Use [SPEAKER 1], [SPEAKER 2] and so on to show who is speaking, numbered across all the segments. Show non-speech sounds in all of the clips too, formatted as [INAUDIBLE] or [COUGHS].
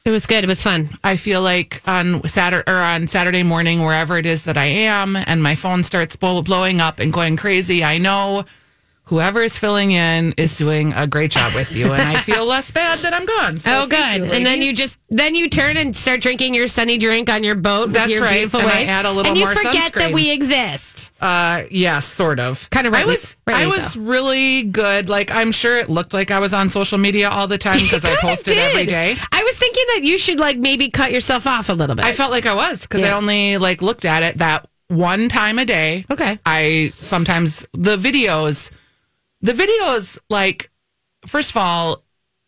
[SPEAKER 1] It was good. It was fun.
[SPEAKER 2] I feel like on Saturday or on Saturday morning, wherever it is that I am, and my phone starts blow- blowing up and going crazy. I know whoever is filling in is doing a great job with you, and I
[SPEAKER 1] [LAUGHS]
[SPEAKER 2] feel less bad that I'm gone. So
[SPEAKER 1] Oh, good.
[SPEAKER 2] thank you,
[SPEAKER 1] and then
[SPEAKER 2] ladies.
[SPEAKER 1] you just then you turn and start drinking your sunny drink on your boat. with
[SPEAKER 2] That's
[SPEAKER 1] your
[SPEAKER 2] right.
[SPEAKER 1] Beautiful
[SPEAKER 2] And I
[SPEAKER 1] waves.
[SPEAKER 2] add a little
[SPEAKER 1] And you
[SPEAKER 2] more
[SPEAKER 1] forget
[SPEAKER 2] sunscreen.
[SPEAKER 1] that we exist.
[SPEAKER 2] Uh, yes, sort of.
[SPEAKER 1] Kind of
[SPEAKER 2] I
[SPEAKER 1] Oh. rightly-
[SPEAKER 2] was.
[SPEAKER 1] rightly
[SPEAKER 2] I was
[SPEAKER 1] so.
[SPEAKER 2] really good. Like I'm sure it looked like I was on social media all the
[SPEAKER 1] [LAUGHS]
[SPEAKER 2] time because I
[SPEAKER 1] Kinda
[SPEAKER 2] posted
[SPEAKER 1] did.
[SPEAKER 2] every day.
[SPEAKER 1] I was thinking that you should like maybe cut yourself off a little bit.
[SPEAKER 2] I felt like I was because I
[SPEAKER 1] Yeah.
[SPEAKER 2] only like looked at it that one time a day.
[SPEAKER 1] okay.
[SPEAKER 2] I sometimes the videos, the videos like first of all,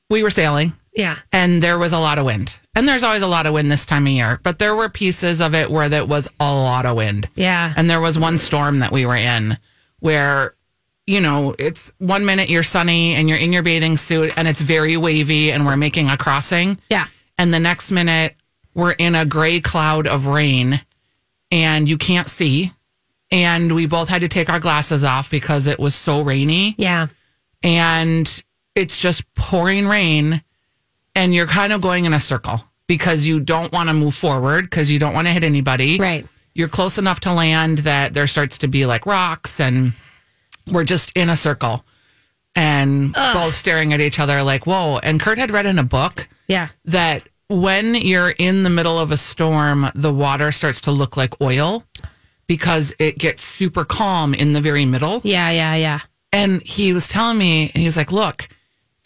[SPEAKER 2] we were sailing
[SPEAKER 1] Yeah.
[SPEAKER 2] and there was a lot of wind. And there's always a lot of wind this time of year, but there were pieces of it where that was a lot of wind.
[SPEAKER 1] Yeah.
[SPEAKER 2] And there was one storm that we were in where, you know, it's one minute you're sunny and you're in your bathing suit and it's very wavy and we're making a crossing.
[SPEAKER 1] yeah.
[SPEAKER 2] And the next minute we're in a gray cloud of rain and you can't see. And we both had to take our glasses off because it was so rainy
[SPEAKER 1] Yeah.
[SPEAKER 2] and it's just pouring rain and you're kind of going in a circle because you don't want to move forward because you don't want to hit anybody
[SPEAKER 1] Right.
[SPEAKER 2] you're close enough to land that there starts to be like rocks and we're just in a circle and both staring at each other like whoa and kurt had read in a book
[SPEAKER 1] Yeah.
[SPEAKER 2] that when you're in the middle of a storm the water starts to look like oil because it gets super calm in the very middle
[SPEAKER 1] Yeah. Yeah. Yeah.
[SPEAKER 2] and he was telling me, and he was like, look,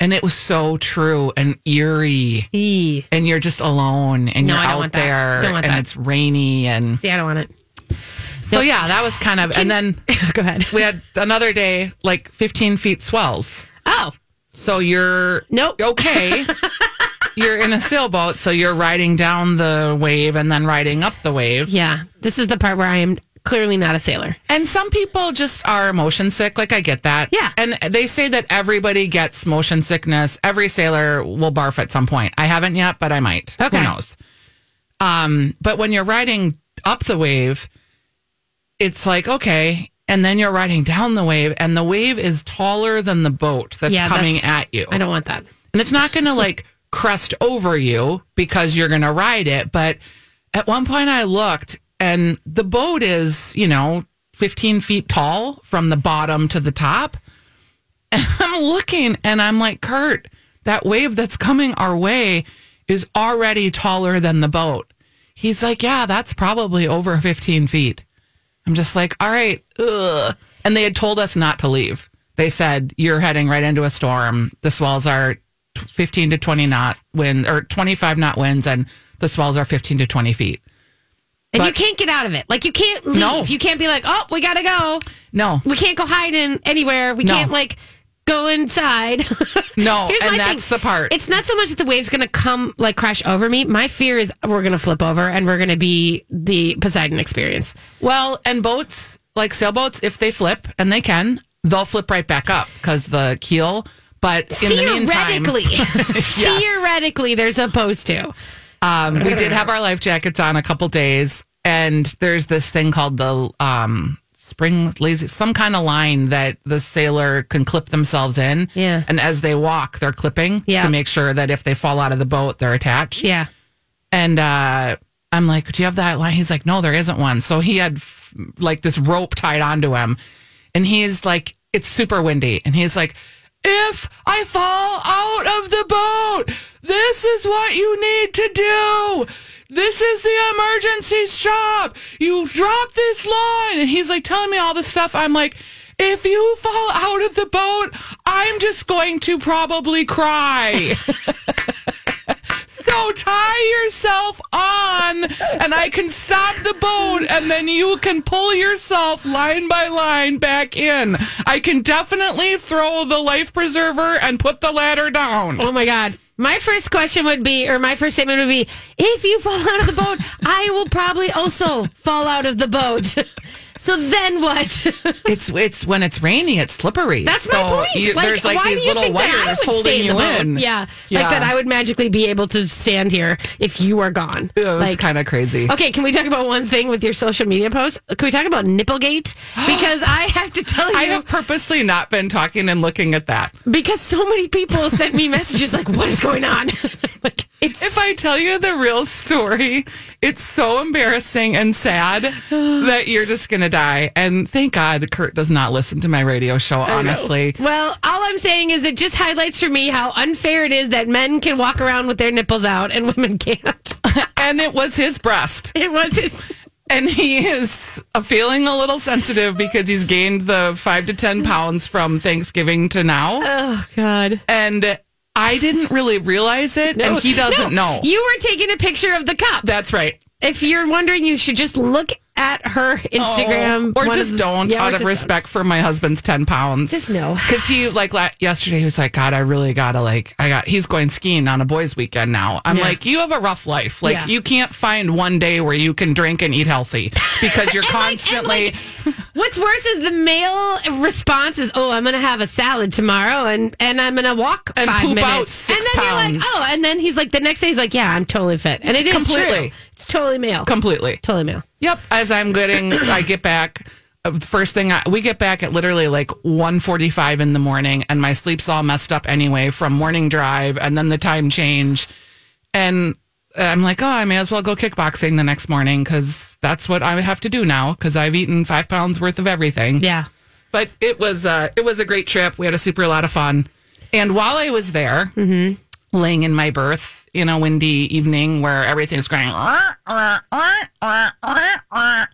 [SPEAKER 2] and it was so true and eerie.
[SPEAKER 1] Eee.
[SPEAKER 2] And you're just alone and
[SPEAKER 1] No,
[SPEAKER 2] you're
[SPEAKER 1] I don't
[SPEAKER 2] out
[SPEAKER 1] want that.
[SPEAKER 2] there
[SPEAKER 1] Don't want
[SPEAKER 2] and
[SPEAKER 1] that.
[SPEAKER 2] it's rainy. And
[SPEAKER 1] See, I don't want it. [LAUGHS]
[SPEAKER 2] so, yeah, that was kind of, and then
[SPEAKER 1] Go ahead.
[SPEAKER 2] we had another day, like 15 feet swells.
[SPEAKER 1] Oh.
[SPEAKER 2] So you're
[SPEAKER 1] Nope. [LAUGHS]
[SPEAKER 2] okay. you're in a sailboat. So you're riding down the wave and then riding up the wave.
[SPEAKER 1] Yeah. This is the part where I am clearly not a sailor.
[SPEAKER 2] And some people just are motion sick. Like I get that.
[SPEAKER 1] Yeah.
[SPEAKER 2] And they say that everybody gets motion sickness. Every sailor will barf at some point. I haven't yet, but I might.
[SPEAKER 1] Okay.
[SPEAKER 2] Who knows? Um, but when you're riding up the wave, it's like, okay. And then you're riding down the wave, and the wave is taller than the boat that's
[SPEAKER 1] Yeah,
[SPEAKER 2] coming
[SPEAKER 1] that's-
[SPEAKER 2] at you.
[SPEAKER 1] I don't want that.
[SPEAKER 2] And it's not going to like crest over you because you're going to ride it. But at one point I looked and the boat is, you know, 15 feet tall from the bottom to the top. [LAUGHS] And I'm looking and I'm like, Kurt, that wave that's coming our way is already taller than the boat. He's like, yeah, that's probably over 15 feet. I'm just like, all right, ugh. And they had told us not to leave. They said, you're heading right into a storm. The swells are 15 to 20 knot wind or 25 knot winds, and the swells are 15 to 20 feet.
[SPEAKER 1] And you
[SPEAKER 2] But-
[SPEAKER 1] can't get out of it. Like you can't leave.
[SPEAKER 2] No.
[SPEAKER 1] You can't be like, oh, we gotta go.
[SPEAKER 2] No,
[SPEAKER 1] We can't go hiding anywhere. We
[SPEAKER 2] No.
[SPEAKER 1] can't like go inside. [LAUGHS]
[SPEAKER 2] No,
[SPEAKER 1] Here's
[SPEAKER 2] and
[SPEAKER 1] my
[SPEAKER 2] that's the part.
[SPEAKER 1] It's not so much that the wave's gonna come like crash over me. My fear is we're gonna flip over and we're gonna be the Poseidon experience.
[SPEAKER 2] Well, and boats, like sailboats, if they flip, and they can, they'll flip right back up because the keel. But in the meantime, [LAUGHS]
[SPEAKER 1] theoretically, theoretically, they're supposed to.
[SPEAKER 2] um, we did have our life jackets on a couple days, and there's this thing called the um, spring lazy, some kind of line that the sailor can clip themselves in.
[SPEAKER 1] Yeah.
[SPEAKER 2] And as they walk, they're clipping
[SPEAKER 1] Yeah.
[SPEAKER 2] to make sure that if they fall out of the boat, they're attached.
[SPEAKER 1] Yeah.
[SPEAKER 2] And uh, I'm like, do you have that line? He's like, no, there isn't one. So he had f- like this rope tied onto him. And he's like, it's super windy. And he's like, "Eh, if I fall out of the boat, this is what you need to do. This is the emergency stop. You drop this line. And he's like telling me all this stuff. I'm like, if you fall out of the boat, I'm just going to probably cry. [LAUGHS] So tie yourself on, and I can stop the boat, and then you can pull yourself line by line back in. I can definitely throw the life preserver and put the ladder down.
[SPEAKER 1] Oh my God. My first question would be, or my first statement would be, if you fall out of the [LAUGHS] boat, I will probably also fall out of the boat. [LAUGHS] So then what? [LAUGHS]
[SPEAKER 2] It's it's when it's rainy, it's slippery.
[SPEAKER 1] That's my
[SPEAKER 2] So
[SPEAKER 1] point.
[SPEAKER 2] you- there's like these little
[SPEAKER 1] that I
[SPEAKER 2] wires
[SPEAKER 1] would stay
[SPEAKER 2] holding
[SPEAKER 1] in
[SPEAKER 2] you
[SPEAKER 1] the boat?
[SPEAKER 2] in.
[SPEAKER 1] Yeah,
[SPEAKER 2] Yeah.
[SPEAKER 1] Like that I would magically be able to stand here if you are gone.
[SPEAKER 2] it was
[SPEAKER 1] Like,
[SPEAKER 2] kind of crazy.
[SPEAKER 1] Okay, can we talk about one thing with your social media post? Can we talk
[SPEAKER 2] [GASPS]
[SPEAKER 1] about Nipplegate? Because I have to tell you,
[SPEAKER 2] I have purposely not been talking and looking at that.
[SPEAKER 1] because so many people
[SPEAKER 2] [LAUGHS]
[SPEAKER 1] sent me messages like, "What is going on?" [LAUGHS] like it's
[SPEAKER 2] If I tell you the real story, it's so embarrassing and sad that you're just going to die. And thank God Kurt does not listen to my radio show, honestly.
[SPEAKER 1] Well, all I'm saying is it just highlights for me how unfair it is that men can walk around with their nipples out and women can't. [LAUGHS]
[SPEAKER 2] And it was his breast.
[SPEAKER 1] It was his.
[SPEAKER 2] And he is feeling a little sensitive because he's gained the five to 10 pounds from Thanksgiving to now.
[SPEAKER 1] Oh God.
[SPEAKER 2] And I didn't really realize it. and he doesn't know.
[SPEAKER 1] You were taking a picture of the cup.
[SPEAKER 2] That's right.
[SPEAKER 1] If you're wondering, you should just look at her Instagram.
[SPEAKER 2] Oh, or
[SPEAKER 1] one
[SPEAKER 2] just
[SPEAKER 1] of the-
[SPEAKER 2] don't
[SPEAKER 1] Yeah, or
[SPEAKER 2] out of
[SPEAKER 1] just
[SPEAKER 2] respect for my husband's 10 pounds
[SPEAKER 1] Just no.
[SPEAKER 2] because he like la- yesterday he was like god i really gotta like i got he's going skiing on a boys weekend now i'm
[SPEAKER 1] Yeah.
[SPEAKER 2] like you have a rough life like
[SPEAKER 1] Yeah.
[SPEAKER 2] you can't find one day where you can drink and eat healthy because you're
[SPEAKER 1] like- [LAUGHS] and
[SPEAKER 2] constantly
[SPEAKER 1] don't. What's worse is the male response is, "Oh, I'm going to have a salad tomorrow, and and I'm going to walk
[SPEAKER 2] And
[SPEAKER 1] five
[SPEAKER 2] poop
[SPEAKER 1] minutes."
[SPEAKER 2] out six
[SPEAKER 1] and then you're
[SPEAKER 2] pounds.
[SPEAKER 1] like, "Oh," and then he's like, the next day he's like, "Yeah, I'm totally fit," and it is
[SPEAKER 2] Completely.
[SPEAKER 1] true. It's totally male.
[SPEAKER 2] completely
[SPEAKER 1] totally male.
[SPEAKER 2] Yep. As I'm getting, [COUGHS] I get back. uh, the First thing I, we get back at literally like 1.45 in the morning, and my sleep's all messed up anyway from morning drive, and then the time change, and I'm like, oh, I may as well go kickboxing the next morning because that's what I have to do now because I've eaten five pounds worth of everything.
[SPEAKER 1] Yeah.
[SPEAKER 2] But it was uh, it was a great trip. We had a super lot of fun, and while I was there,
[SPEAKER 1] Mm-hmm.
[SPEAKER 2] laying in my berth in a windy evening where everything's going, "Rah, rah, rah, rah, rah, rah,"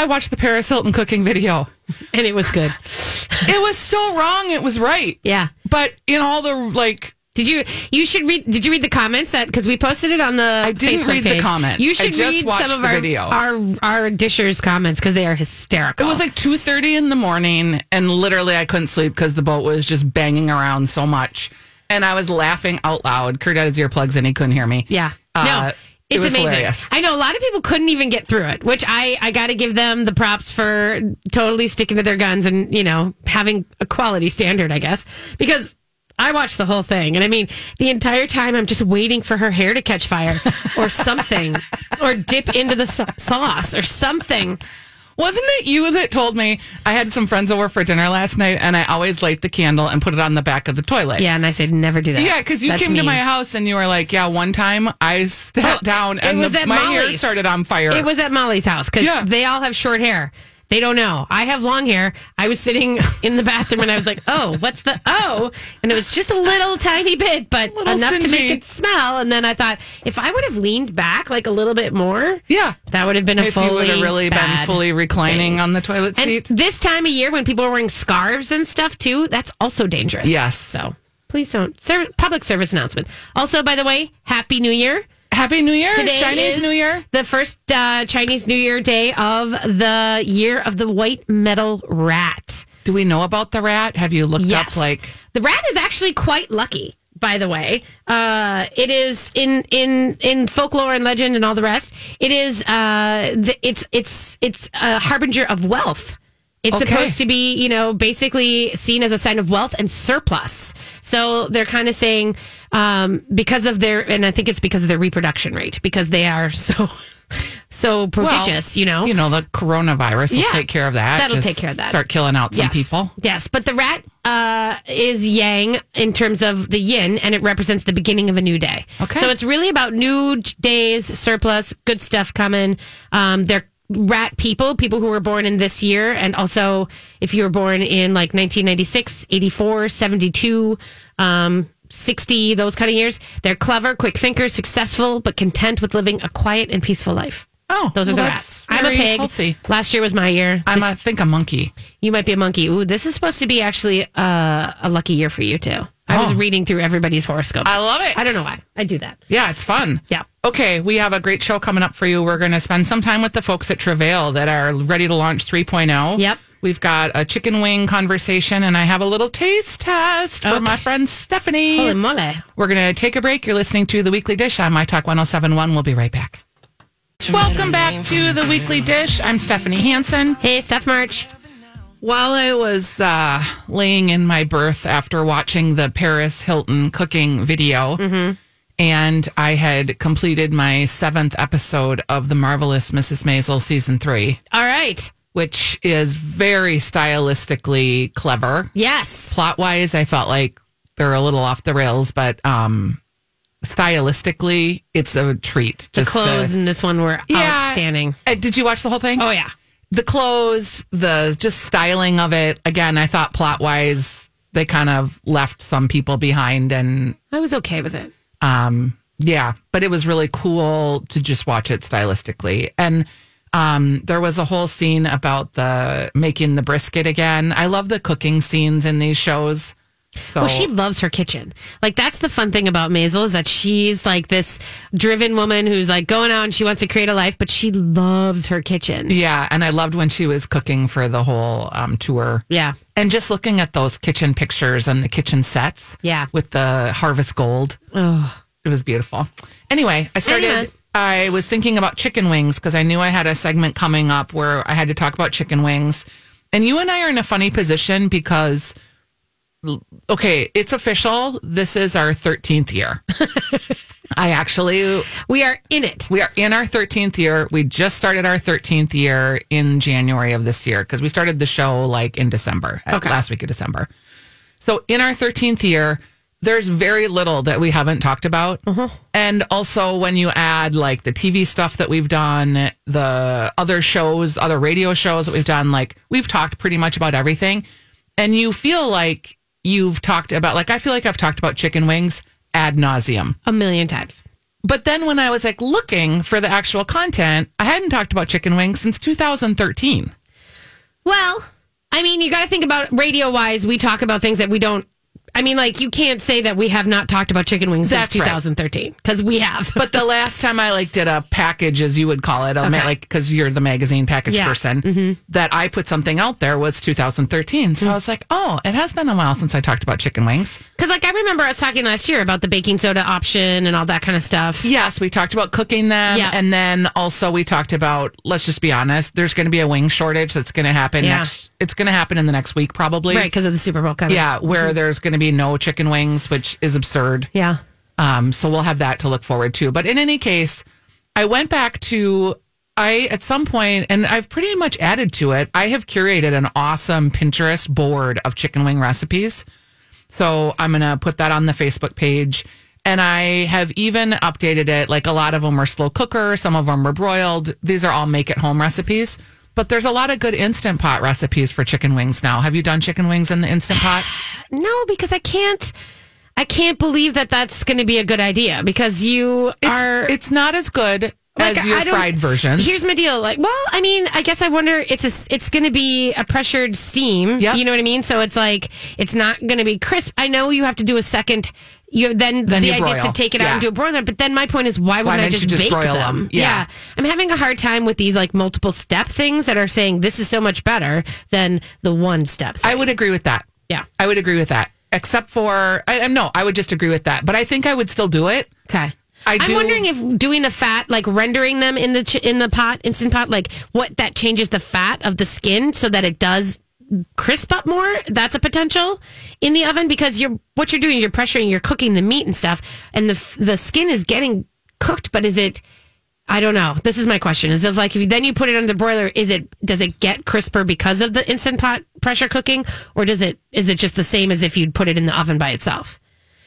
[SPEAKER 2] I watched the Paris Hilton cooking video.
[SPEAKER 1] And it was good.
[SPEAKER 2] It was so wrong. It was right.
[SPEAKER 1] Yeah.
[SPEAKER 2] But in all the like,
[SPEAKER 1] Did you you should read did you read the comments that because we posted it on the I
[SPEAKER 2] didn't
[SPEAKER 1] Facebook
[SPEAKER 2] read the
[SPEAKER 1] page.
[SPEAKER 2] comments.
[SPEAKER 1] You
[SPEAKER 2] I
[SPEAKER 1] should
[SPEAKER 2] just
[SPEAKER 1] read
[SPEAKER 2] watched
[SPEAKER 1] some of
[SPEAKER 2] the
[SPEAKER 1] our,
[SPEAKER 2] video.
[SPEAKER 1] our our dishers comments because they are hysterical.
[SPEAKER 2] it was like two thirty in the morning, and literally I couldn't sleep because the boat was just banging around so much, and I was laughing out loud. Kurt had his earplugs in; he couldn't hear me.
[SPEAKER 1] Yeah.
[SPEAKER 2] Uh,
[SPEAKER 1] no.
[SPEAKER 2] it
[SPEAKER 1] It's
[SPEAKER 2] was
[SPEAKER 1] amazing.
[SPEAKER 2] hilarious.
[SPEAKER 1] I know a lot of people couldn't even get through it, which I, I got to give them the props for totally sticking to their guns and, you know, having a quality standard, I guess, because I watched the whole thing. And I mean, the entire time I'm just waiting for her hair to catch fire [LAUGHS] or something or dip into the sa- sauce or something.
[SPEAKER 2] Wasn't it you that told me I had some friends over for dinner last night and I always light the candle and put it on the back of the toilet?
[SPEAKER 1] Yeah. And I said, never do that.
[SPEAKER 2] Yeah, because you
[SPEAKER 1] That's
[SPEAKER 2] came to
[SPEAKER 1] mean.
[SPEAKER 2] my house and you were like, yeah, one time I sat
[SPEAKER 1] Well,
[SPEAKER 2] down
[SPEAKER 1] it
[SPEAKER 2] and
[SPEAKER 1] was
[SPEAKER 2] the-
[SPEAKER 1] at
[SPEAKER 2] my hair
[SPEAKER 1] Molly's.
[SPEAKER 2] started on fire.
[SPEAKER 1] It was at Molly's house because
[SPEAKER 2] Yeah.
[SPEAKER 1] they all have short hair. They don't know. I have long hair. I was sitting in the bathroom and I was like, "Oh, what's the oh?" And it was just a little tiny bit, but
[SPEAKER 2] Little
[SPEAKER 1] enough to
[SPEAKER 2] singy.
[SPEAKER 1] make it smell. And then I thought, if I would have leaned back like a little bit more,
[SPEAKER 2] Yeah.
[SPEAKER 1] that would have been a
[SPEAKER 2] If
[SPEAKER 1] fully
[SPEAKER 2] you would have really been
[SPEAKER 1] bad
[SPEAKER 2] fully reclining
[SPEAKER 1] thing.
[SPEAKER 2] on the toilet
[SPEAKER 1] And
[SPEAKER 2] seat.
[SPEAKER 1] this time of year, when people are wearing scarves and stuff too, that's also dangerous.
[SPEAKER 2] Yes.
[SPEAKER 1] So please don't. Ser- public service announcement. Also, by the way, Happy New Year.
[SPEAKER 2] Happy New Year,
[SPEAKER 1] Today
[SPEAKER 2] Chinese
[SPEAKER 1] is
[SPEAKER 2] New Year.
[SPEAKER 1] the first uh, Chinese New Year day of the year of the white metal rat.
[SPEAKER 2] Do we know about the rat? Have you looked
[SPEAKER 1] Yes,
[SPEAKER 2] up like
[SPEAKER 1] the rat is actually quite lucky. By the way, uh, it is in in in folklore and legend and all the rest. It is uh, the, it's it's it's a harbinger of wealth. It's
[SPEAKER 2] Okay.
[SPEAKER 1] supposed to be, you know, basically seen as a sign of wealth and surplus. So they're kind of saying um, because of their, and I think it's because of their reproduction rate because they are [LAUGHS] so so prodigious, you know.
[SPEAKER 2] You know, the coronavirus will
[SPEAKER 1] Yeah.
[SPEAKER 2] take care of that.
[SPEAKER 1] That'll
[SPEAKER 2] Just
[SPEAKER 1] take care of that.
[SPEAKER 2] Start killing out some
[SPEAKER 1] yes.
[SPEAKER 2] people.
[SPEAKER 1] Yes, but the rat uh, is yang in terms of the yin, and it represents the beginning of a new day.
[SPEAKER 2] Okay.
[SPEAKER 1] So it's really about new j- days, surplus, good stuff coming. Um, they're rat people, people who were born in this year, and also if you were born in like 1996, 84, 72, um, 60, those kind of years. They're clever, quick thinkers, successful, but content with living a quiet and peaceful life.
[SPEAKER 2] Oh,
[SPEAKER 1] Those are
[SPEAKER 2] well,
[SPEAKER 1] the
[SPEAKER 2] that's
[SPEAKER 1] rats. I'm a
[SPEAKER 2] very
[SPEAKER 1] pig.
[SPEAKER 2] healthy.
[SPEAKER 1] Last year was my year.
[SPEAKER 2] I'm,
[SPEAKER 1] This-
[SPEAKER 2] I think, a monkey.
[SPEAKER 1] you might be a monkey. Ooh, this is supposed to be actually uh, a lucky year for you too. I was
[SPEAKER 2] Oh.
[SPEAKER 1] reading through everybody's horoscopes.
[SPEAKER 2] I love it.
[SPEAKER 1] I don't know why I do that.
[SPEAKER 2] Yeah, it's fun.
[SPEAKER 1] Yeah.
[SPEAKER 2] Okay, we have a great show coming up for you. We're going to spend some time with the folks at Travail that are ready to launch 3.0.
[SPEAKER 1] Yep.
[SPEAKER 2] We've got a chicken wing conversation, and I have a little taste test for my friend Stephanie.
[SPEAKER 1] Holy moly!
[SPEAKER 2] We're going to take a break. You're listening to The Weekly Dish on My Talk 1071. We'll be right back. Welcome back to The Weekly Dish. I'm Stephanie Hansen.
[SPEAKER 1] Hey, Steph March.
[SPEAKER 2] While I was uh, laying in my berth after watching the Paris Hilton cooking video,
[SPEAKER 1] Mm-hmm.
[SPEAKER 2] and I had completed my seventh episode of The Marvelous Mrs. Maisel season three,
[SPEAKER 1] All right.
[SPEAKER 2] which is very stylistically clever.
[SPEAKER 1] Yes.
[SPEAKER 2] Plot wise, I felt like they're a little off the rails, but um, stylistically, it's a treat.
[SPEAKER 1] The
[SPEAKER 2] just to-
[SPEAKER 1] clothes in this one were
[SPEAKER 2] Yeah.
[SPEAKER 1] outstanding.
[SPEAKER 2] Uh, did you watch the whole thing?
[SPEAKER 1] Oh yeah.
[SPEAKER 2] the clothes, the just styling of it. Again, I thought plot wise, they kind of left some people behind, and
[SPEAKER 1] I was okay with it.
[SPEAKER 2] um, yeah, but it was really cool to just watch it stylistically. And um, there was a whole scene about the making the brisket again. I love the cooking scenes in these shows. So
[SPEAKER 1] Well, she loves her kitchen. Like that's the fun thing about Maisel is that she's like this driven woman who's like going out and she wants to create a life, but she loves her kitchen.
[SPEAKER 2] yeah, and I loved when she was cooking for the whole um, tour.
[SPEAKER 1] Yeah.
[SPEAKER 2] And just looking at those kitchen pictures and the kitchen sets,
[SPEAKER 1] Yeah.
[SPEAKER 2] with the harvest gold.
[SPEAKER 1] Oh.
[SPEAKER 2] it was beautiful. Anyway, I started.
[SPEAKER 1] Anyway.
[SPEAKER 2] I was thinking about chicken wings because I knew I had a segment coming up where I had to talk about chicken wings. And you and I are in a funny position because, okay, it's official. This is our 13th
[SPEAKER 1] [LAUGHS]
[SPEAKER 2] year. I actually,
[SPEAKER 1] We are in it.
[SPEAKER 2] we are in our 13th year. We just started our 13th year in January of this year because we started the show like in December, uh, last week of December. So in our 13th year, there's very little that we haven't talked about. And also when you add like the TV stuff that we've done, the other shows, other radio shows that we've done, like we've talked pretty much about everything. And you feel like you've talked about, like, I feel like I've talked about chicken wings ad nauseum.
[SPEAKER 1] A million times.
[SPEAKER 2] But then when I was like looking for the actual content, I hadn't talked about chicken wings since 2013.
[SPEAKER 1] Well, I mean, you got to think about radio wise. We talk about things that we don't. I mean, like you can't say that we have not talked about chicken wings
[SPEAKER 2] That's
[SPEAKER 1] since
[SPEAKER 2] right.
[SPEAKER 1] 2013 because we have. [LAUGHS]
[SPEAKER 2] But the last time I like did a package, as you would call it, a ma-
[SPEAKER 1] Okay.
[SPEAKER 2] like because you're the magazine package
[SPEAKER 1] Yeah. Mm-hmm.
[SPEAKER 2] person, that I put something out there was 2013.
[SPEAKER 1] Mm.
[SPEAKER 2] So I was like, oh, it has been a while since I talked about chicken wings.
[SPEAKER 1] Because like I remember us talking last year about the baking soda option and all that kind of stuff.
[SPEAKER 2] Yes, we talked about cooking them,
[SPEAKER 1] Yeah.
[SPEAKER 2] and then also we talked about. Let's just be honest. There's going to be a wing shortage that's going to happen
[SPEAKER 1] Yeah.
[SPEAKER 2] next. It's going to happen in the next week, probably.
[SPEAKER 1] Right, Mm-hmm. because of the Super Bowl coming.
[SPEAKER 2] Yeah, where there's going to be no chicken wings, which is absurd.
[SPEAKER 1] Yeah.
[SPEAKER 2] Um, so we'll have that to look forward to. But in any case, I went back to I at some point, and I've pretty much added to it. I have curated an awesome Pinterest board of chicken wing recipes. So I'm gonna put that on the Facebook page. And I have even updated it. Like a lot of them were slow cooker, some of them were broiled. These are all make at home recipes. But there's a lot of good instant pot recipes for chicken wings now. Have you done chicken wings in the instant pot?
[SPEAKER 1] No, because I can't. I can't believe that that's going to be a good idea because you
[SPEAKER 2] It's,
[SPEAKER 1] are.
[SPEAKER 2] it's not as good
[SPEAKER 1] Like,
[SPEAKER 2] as your
[SPEAKER 1] I don't-
[SPEAKER 2] fried versions.
[SPEAKER 1] Here's my deal. Like, well, I mean, I guess I wonder. It's a, it's going to be a pressured steam.
[SPEAKER 2] Yep.
[SPEAKER 1] You know what I mean? So it's like it's not going to be crisp. I know you have to do a second. You then,
[SPEAKER 2] Then
[SPEAKER 1] the
[SPEAKER 2] you
[SPEAKER 1] idea is to
[SPEAKER 2] broil.
[SPEAKER 1] take it out and do
[SPEAKER 2] Yeah.
[SPEAKER 1] a broiler. But then my point is, why wouldn't I
[SPEAKER 2] don't you
[SPEAKER 1] just,
[SPEAKER 2] just
[SPEAKER 1] bake
[SPEAKER 2] broil
[SPEAKER 1] them?
[SPEAKER 2] 'em? Yeah.
[SPEAKER 1] I'm having a hard time with these like multiple step things that are saying this is so much better than the one step. Thing.
[SPEAKER 2] I would agree with that.
[SPEAKER 1] Yeah.
[SPEAKER 2] I would agree with that. Except for, I, I- no, I would just agree with that. But I think I would still do it.
[SPEAKER 1] Okay.
[SPEAKER 2] I
[SPEAKER 1] am
[SPEAKER 2] do-
[SPEAKER 1] wondering if doing the fat, like rendering them in the ch- in the pot, instant pot, like what that changes the fat of the skin so that it does crisp up more. That's a potential in the oven because you're what you're doing is you're pressuring, you're cooking the meat and stuff, and the f- the skin is getting cooked. But is it? I don't know. This is my question: is if like if you, then you put it on the broiler, is it does it get crisper because of the instant pot pressure cooking, or does it is it just the same as if you'd put it in the oven by itself?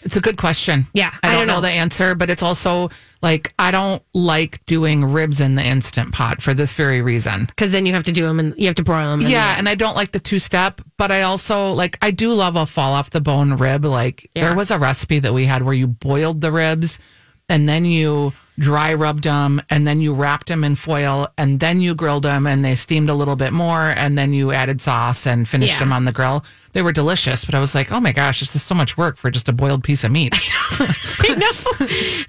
[SPEAKER 2] It's a good question.
[SPEAKER 1] Yeah,
[SPEAKER 2] I don't, know. the answer, but it's also like I don't like doing ribs in the instant pot for this very reason.
[SPEAKER 1] because then you have to do them and you have to broil them.
[SPEAKER 2] Yeah, and I don't like the two step, but I also like I do love a fall off the bone rib. Like
[SPEAKER 1] Yeah.
[SPEAKER 2] there was a recipe that we had where you boiled the ribs and then you dry rubbed them and then you wrapped them in foil and then you grilled them and they steamed a little bit more and then you added sauce and finished
[SPEAKER 1] Yeah.
[SPEAKER 2] them on the grill. They were delicious, but I was like, "Oh my gosh, this is so much work for just a boiled piece of meat."
[SPEAKER 1] I
[SPEAKER 2] [LAUGHS]
[SPEAKER 1] know.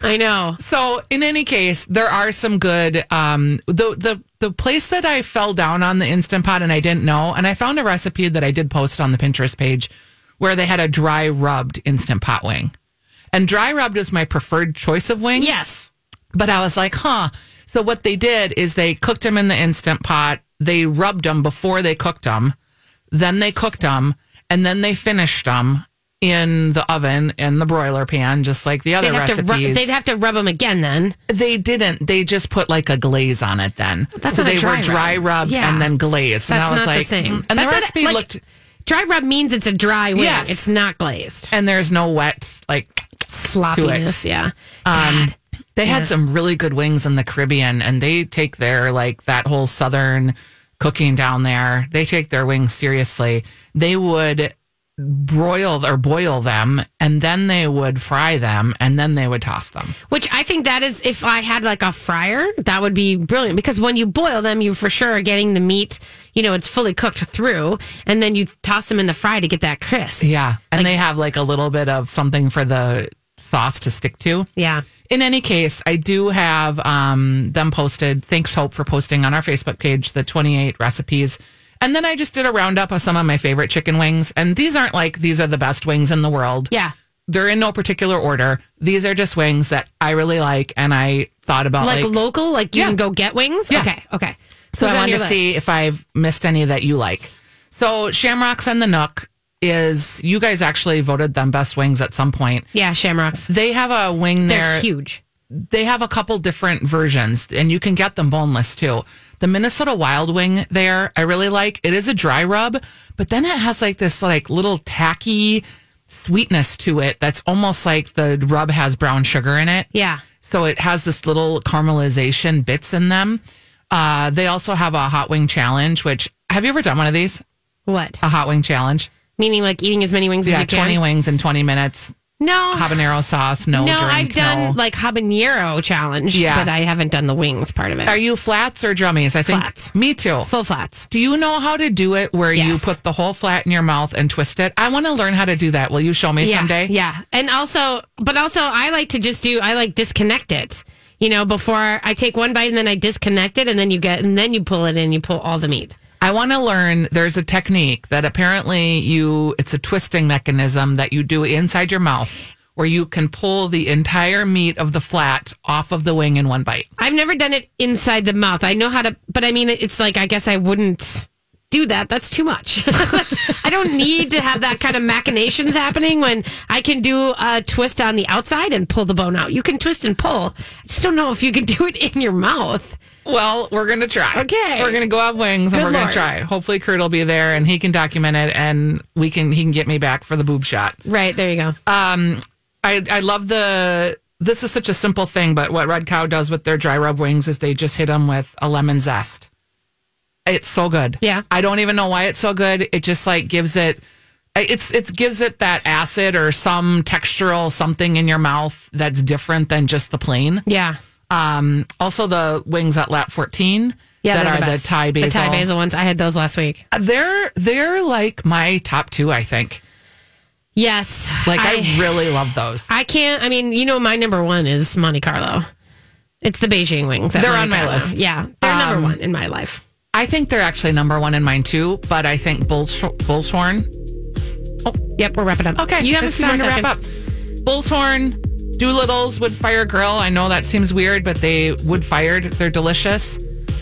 [SPEAKER 1] I know.
[SPEAKER 2] So in any case, there are some good um the the the place that I fell down on the instant pot and I didn't know and I found a recipe that I did post on the Pinterest page where they had a dry rubbed instant pot wing. And dry rubbed is my preferred choice of wing.
[SPEAKER 1] Yes.
[SPEAKER 2] But I was like, huh. So what they did is they cooked them in the instant pot. They rubbed them before they cooked them. Then they cooked them and then they finished them in the oven in the broiler pan, just like the other
[SPEAKER 1] They'd have, to
[SPEAKER 2] recipes
[SPEAKER 1] rub, they'd have to rub them again then.
[SPEAKER 2] they didn't. They just put like a glaze on it. Then
[SPEAKER 1] That's
[SPEAKER 2] so
[SPEAKER 1] not a
[SPEAKER 2] they
[SPEAKER 1] dry
[SPEAKER 2] were dry
[SPEAKER 1] rub.
[SPEAKER 2] rubbed
[SPEAKER 1] Yeah.
[SPEAKER 2] and then glazed. and I
[SPEAKER 1] That's
[SPEAKER 2] was
[SPEAKER 1] not
[SPEAKER 2] like,
[SPEAKER 1] the same.
[SPEAKER 2] mm. and the
[SPEAKER 1] That's not-
[SPEAKER 2] recipe
[SPEAKER 1] like,
[SPEAKER 2] looked,
[SPEAKER 1] Dry rub means it's a dry wing.
[SPEAKER 2] Yes.
[SPEAKER 1] It's not glazed.
[SPEAKER 2] and there's no wet like.
[SPEAKER 1] Sloppiness. Yeah.
[SPEAKER 2] Um, they had some really good wings in the Caribbean, and they take their like that whole southern cooking down there. They take their wings seriously. They would broil or boil them, and then they would fry them, and then they would toss them.
[SPEAKER 1] Which I think that is, if I had like a fryer, that would be brilliant because when you boil them, you for sure are getting the meat, you know, it's fully cooked through, and then you toss them in the fry to get that crisp.
[SPEAKER 2] Yeah, and they have like a little bit of something for the sauce to stick to.
[SPEAKER 1] Yeah.
[SPEAKER 2] in any case, I do have um, them posted. Thanks, Hope, for posting on our Facebook page the 28 recipes. And then I just did a roundup of some of my favorite chicken wings. And these aren't like these are the best wings in the world.
[SPEAKER 1] Yeah.
[SPEAKER 2] They're in no particular order. These are just wings that I really like. And I thought about
[SPEAKER 1] Like,
[SPEAKER 2] like,
[SPEAKER 1] local, like you
[SPEAKER 2] Yeah.
[SPEAKER 1] can go get wings.
[SPEAKER 2] Yeah.
[SPEAKER 1] Okay. Okay.
[SPEAKER 2] so
[SPEAKER 1] Who's
[SPEAKER 2] I
[SPEAKER 1] on
[SPEAKER 2] wanted
[SPEAKER 1] your
[SPEAKER 2] to
[SPEAKER 1] list?
[SPEAKER 2] see if I've missed any that you like. So Shamrocks and the Nook is you guys actually voted them best wings at some point.
[SPEAKER 1] Yeah, shamrocks.
[SPEAKER 2] They have a wing
[SPEAKER 1] They're
[SPEAKER 2] there.
[SPEAKER 1] huge.
[SPEAKER 2] they have a couple different versions and you can get them boneless too. The Minnesota Wild Wing there, I really like. It is a dry rub, but then it has like this like little tacky sweetness to it that's almost like the rub has brown sugar in it.
[SPEAKER 1] Yeah.
[SPEAKER 2] So it has this little caramelization bits in them. Uh, they also have a hot wing challenge, which have you ever done one of these?
[SPEAKER 1] What?
[SPEAKER 2] A hot wing challenge?
[SPEAKER 1] Meaning like eating as many wings as
[SPEAKER 2] Yeah,
[SPEAKER 1] you can.
[SPEAKER 2] 20 wings in 20 minutes,
[SPEAKER 1] No.
[SPEAKER 2] habanero sauce, no,
[SPEAKER 1] no,
[SPEAKER 2] drink,
[SPEAKER 1] I've done
[SPEAKER 2] no.
[SPEAKER 1] like habanero challenge,
[SPEAKER 2] Yeah.
[SPEAKER 1] but I haven't done the wings part of it.
[SPEAKER 2] Are you flats or drummies? I think
[SPEAKER 1] Flats.
[SPEAKER 2] me too.
[SPEAKER 1] Full flats.
[SPEAKER 2] Do you know how to do it where you
[SPEAKER 1] Yes.
[SPEAKER 2] put the whole flat in your mouth and twist it? I want to learn how to do that. Will you show me
[SPEAKER 1] yeah,
[SPEAKER 2] someday?
[SPEAKER 1] Yeah. And also, but also, I like to just do, I like disconnect it, you know, before I take one bite and then I disconnect it and then you get, and then you pull it in, you pull all the meat.
[SPEAKER 2] I want to learn there's a technique that apparently you it's a twisting mechanism that you do inside your mouth where you can pull the entire meat of the flat off of the wing in one bite.
[SPEAKER 1] I've never done it inside the mouth. I know how to, but I mean, it's like, I guess I wouldn't do that. That's too much. [LAUGHS] That's- I don't need to have that kind of machinations happening when I can do a twist on the outside and pull the bone out. You can twist and pull. I just don't know if you can do it in your mouth.
[SPEAKER 2] Well, we're going to try.
[SPEAKER 1] Okay.
[SPEAKER 2] We're going to go have wings
[SPEAKER 1] Good
[SPEAKER 2] and we're going
[SPEAKER 1] Lord.
[SPEAKER 2] to try. Hopefully Kurt will be there and he can document it and we can he can get me back for the boob shot.
[SPEAKER 1] Right. There you go.
[SPEAKER 2] I I love the. This is such a simple thing, but what Red Cow does with their dry rub wings is they just hit them with a lemon zest. It's so good.
[SPEAKER 1] Yeah.
[SPEAKER 2] I don't even know why it's so good. It just like gives it. It's it gives it that acid or some textural something in your mouth that's different than just the plain.
[SPEAKER 1] yeah.
[SPEAKER 2] Um, also the wings at lap fourteen
[SPEAKER 1] Yeah,
[SPEAKER 2] that
[SPEAKER 1] they're
[SPEAKER 2] are the,
[SPEAKER 1] best.
[SPEAKER 2] Thai basil.
[SPEAKER 1] The Thai basil ones. I had those last week.
[SPEAKER 2] They're they're like my top two. I think.
[SPEAKER 1] Yes.
[SPEAKER 2] Like I,
[SPEAKER 1] I,
[SPEAKER 2] really love those.
[SPEAKER 1] I can't. I mean, you know, my number one is Monte Carlo. It's the Beijing wings. at
[SPEAKER 2] They're
[SPEAKER 1] Monte
[SPEAKER 2] on my
[SPEAKER 1] Carlo.
[SPEAKER 2] list. Um,
[SPEAKER 1] Yeah, they're number one in my life.
[SPEAKER 2] I think they're actually number one in mine too, but I think Bulls, Bullshorn.
[SPEAKER 1] Oh, Yep, we're wrapping up.
[SPEAKER 2] Okay,
[SPEAKER 1] you have a
[SPEAKER 2] it's
[SPEAKER 1] few more
[SPEAKER 2] time to wrap up.
[SPEAKER 1] seconds.
[SPEAKER 2] Bullshorn, Doolittles, Wood Fire Grill. I know that seems weird, but they wood fired. They're delicious.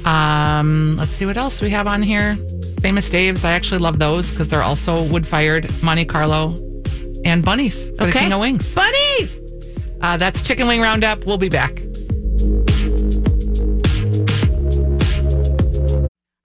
[SPEAKER 2] Um, let's see what else we have on here. Famous Dave's. I actually love those because they're also wood fired. Monte Carlo and bunnies for the
[SPEAKER 1] Okay.
[SPEAKER 2] King of Wings.
[SPEAKER 1] Bunnies.
[SPEAKER 2] Uh, that's Chicken Wing Roundup. We'll be back.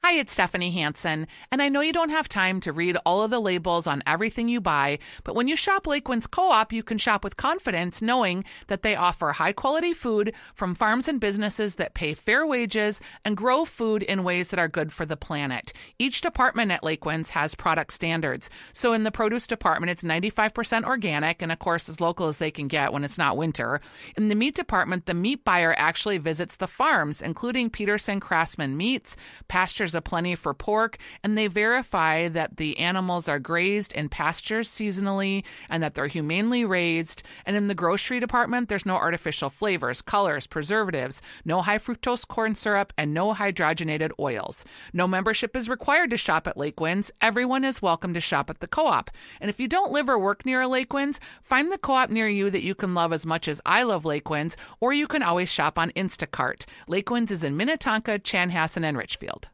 [SPEAKER 2] Hi,
[SPEAKER 3] it's Stephanie Hansen, and I know you don't have time to read all of the labels on everything you buy, but when you shop Lakewinds Co op, you can shop with confidence knowing that they offer high quality food from farms and businesses that pay fair wages and grow food in ways that are good for the planet. Each department at Lakewinds has product standards. So in the produce department, it's 95% organic and, of course, as local as they can get when it's not winter. In the meat department, the meat buyer actually visits the farms, including Peterson Craftsman Meats, pastures aplenty for pork, and they verify that the animals are grazed in pastures seasonally and that they're humanely raised. And in the grocery department, there's no artificial flavors, colors, preservatives, no high fructose corn syrup, and no hydrogenated oils. No membership is required to shop at Lakewinds. Everyone is welcome to shop at the co op. And if you don't live or work near a Lakewinds, find the co op near you that you can love as much as I love Lakewinds, or you can always shop on Instacart. Lakewinds is in Minnetonka, Chanhassen, and Richfield.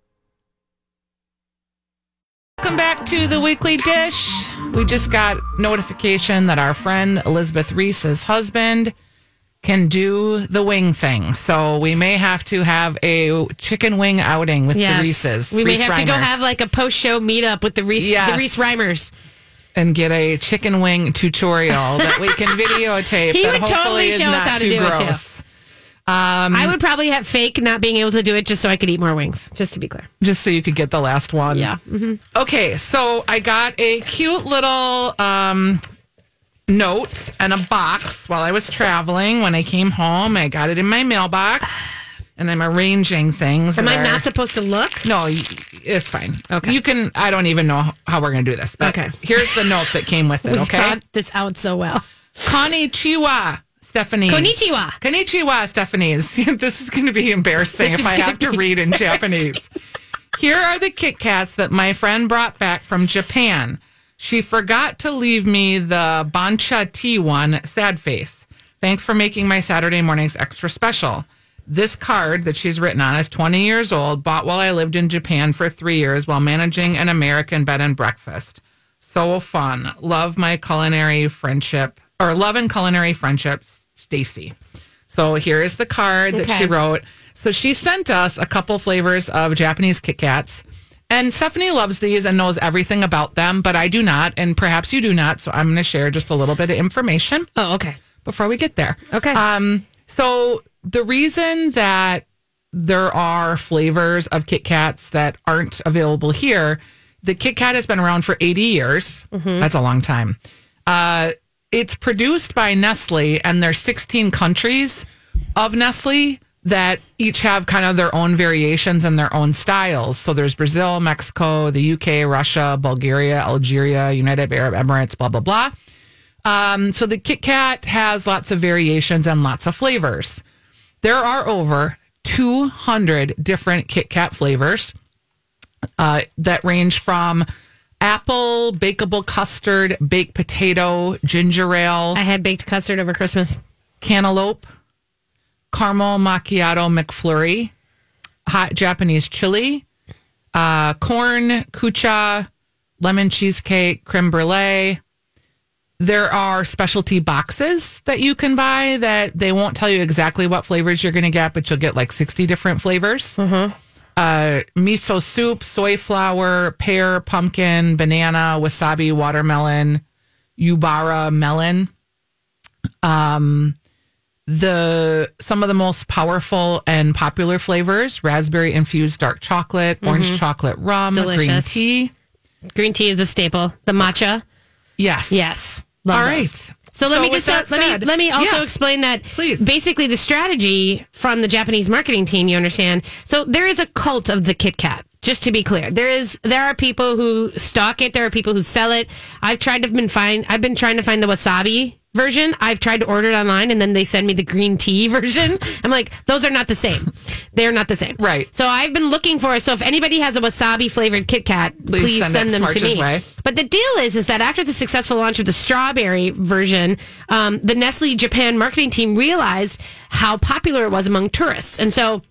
[SPEAKER 2] Welcome back to the Weekly Dish. We just got notification that our friend Elizabeth Reese's husband can do the wing thing. So we may have to have a chicken wing outing with
[SPEAKER 1] Yes.
[SPEAKER 2] the Reese's.
[SPEAKER 1] We may
[SPEAKER 2] Reese
[SPEAKER 1] have to go
[SPEAKER 2] Reimers,
[SPEAKER 1] have like a post show meetup with the Reese, the
[SPEAKER 2] Yes.
[SPEAKER 1] Reese Rhymers.
[SPEAKER 2] and get a chicken wing tutorial that we
[SPEAKER 1] [LAUGHS]
[SPEAKER 2] can videotape.
[SPEAKER 1] He
[SPEAKER 2] that
[SPEAKER 1] would
[SPEAKER 2] hopefully
[SPEAKER 1] totally
[SPEAKER 2] is
[SPEAKER 1] show us
[SPEAKER 2] not
[SPEAKER 1] how to
[SPEAKER 2] too
[SPEAKER 1] do it, too.
[SPEAKER 2] gross. Um,
[SPEAKER 1] I would probably have fake not being able to do it just so I could eat more wings, just to be clear.
[SPEAKER 2] just so you could get the last one.
[SPEAKER 1] Yeah. Mm-hmm.
[SPEAKER 2] Okay, so I got a cute little um, note and a box while I was traveling. When I came home, I got it in my mailbox, and I'm arranging things.
[SPEAKER 1] Am
[SPEAKER 2] that
[SPEAKER 1] I
[SPEAKER 2] are-
[SPEAKER 1] not supposed to look?
[SPEAKER 2] No, y- it's fine. Okay, you can. I don't even know how we're gonna do this. but
[SPEAKER 1] Okay.
[SPEAKER 2] here's the note that came with it.
[SPEAKER 1] We
[SPEAKER 2] okay,
[SPEAKER 1] thought this out so well.
[SPEAKER 2] Konnichiwa, Stephanie.
[SPEAKER 1] Konnichiwa.
[SPEAKER 2] Konnichiwa, Stephanie's. [LAUGHS] this is going to be embarrassing
[SPEAKER 1] This
[SPEAKER 2] if
[SPEAKER 1] is
[SPEAKER 2] I
[SPEAKER 1] gonna
[SPEAKER 2] have to
[SPEAKER 1] be
[SPEAKER 2] read in Japanese. Here are the Kit Kats that my friend brought back from Japan. She forgot to leave me the Bancha tea one, sad face. Thanks for making my Saturday mornings extra special. This card that she's written on is 20 years old, bought while I lived in Japan for three years while managing an American bed and breakfast. So fun. Love my culinary friendship or love and culinary friendships, Stacy. So here is the card that she
[SPEAKER 1] Okay.
[SPEAKER 2] wrote. So she sent us a couple flavors of Japanese Kit Kats. And Stephanie loves these and knows everything about them, but I do not, and perhaps you do not. So I'm going to share just a little bit of information
[SPEAKER 1] Oh, okay.
[SPEAKER 2] before we get there.
[SPEAKER 1] Okay.
[SPEAKER 2] Um, so the reason that there are flavors of Kit Kats that aren't available here, the Kit Kat has been around for 80 years. That's a long time. Uh, it's produced by Nestle, and there's 16 countries of Nestle that each have kind of their own variations and their own styles. So there's Brazil, Mexico, the UK, Russia, Bulgaria, Algeria, United Arab Emirates, blah, blah, blah. Um, so the Kit Kat has lots of variations and lots of flavors. There are over 200 different Kit Kat flavors uh, that range from apple, bakeable custard, baked potato, ginger ale,
[SPEAKER 1] I had baked custard over Christmas.
[SPEAKER 2] cantaloupe, caramel macchiato McFlurry, hot Japanese chili, uh, corn kucha, lemon cheesecake, creme brulee. There are specialty boxes that you can buy that they won't tell you exactly what flavors you're going to get, but you'll get like 60 different flavors. Uh, miso soup, soy flour, pear, pumpkin, banana, wasabi, watermelon, yubara melon Um, the some of the most powerful and popular flavors raspberry infused dark chocolate orange chocolate rum green
[SPEAKER 1] Delicious.
[SPEAKER 2] tea
[SPEAKER 1] Green tea is a staple. The matcha.
[SPEAKER 2] yes
[SPEAKER 1] Yes.
[SPEAKER 2] All
[SPEAKER 1] Love
[SPEAKER 2] right.
[SPEAKER 1] those. So let me
[SPEAKER 2] with
[SPEAKER 1] just uh,
[SPEAKER 2] that
[SPEAKER 1] let
[SPEAKER 2] said-
[SPEAKER 1] me let me also
[SPEAKER 2] Yeah.
[SPEAKER 1] explain that
[SPEAKER 2] Please.
[SPEAKER 1] basically the strategy from the Japanese marketing team, you understand. So there is a cult of the Kit Kat. Just to be clear, there is there are people who stock it, there are people who sell it. I've tried to been find I've been trying to find the wasabi version. I've tried to order it online and then they send me the green tea [LAUGHS] version. I'm like, those are not the same. They're not the same.
[SPEAKER 2] Right.
[SPEAKER 1] So I've been looking for so if anybody has a wasabi flavored Kit Kat, please,
[SPEAKER 2] send
[SPEAKER 1] send,
[SPEAKER 2] it
[SPEAKER 1] them to
[SPEAKER 2] Smarch's
[SPEAKER 1] me.
[SPEAKER 2] way.
[SPEAKER 1] But the deal is, is that after the successful launch of the strawberry version, um, the Nestle Japan marketing team realized how popular it was among tourists, and so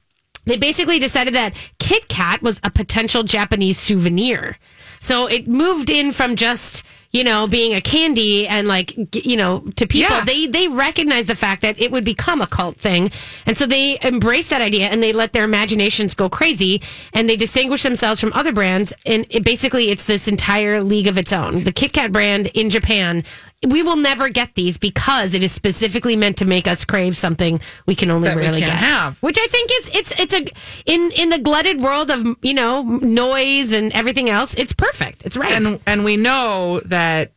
[SPEAKER 1] they basically decided that Kit Kat was a potential Japanese souvenir. So it moved in from just you know, being a candy and like, g- you know, to people,
[SPEAKER 2] Yeah.
[SPEAKER 1] they, they recognize the fact that it would become a cult thing. And so they embrace that idea and they let their imaginations go crazy and they distinguish themselves from other brands. And it basically, it's this entire league of its own. The Kit Kat brand in Japan, we will never get these because it is specifically meant to make us crave something we can only
[SPEAKER 2] That we
[SPEAKER 1] rarely
[SPEAKER 2] can't
[SPEAKER 1] get.
[SPEAKER 2] have.
[SPEAKER 1] Which I think is, it's, it's a, in, in the glutted world of, you know, noise and everything else, it's perfect. It's right.
[SPEAKER 2] and and we know that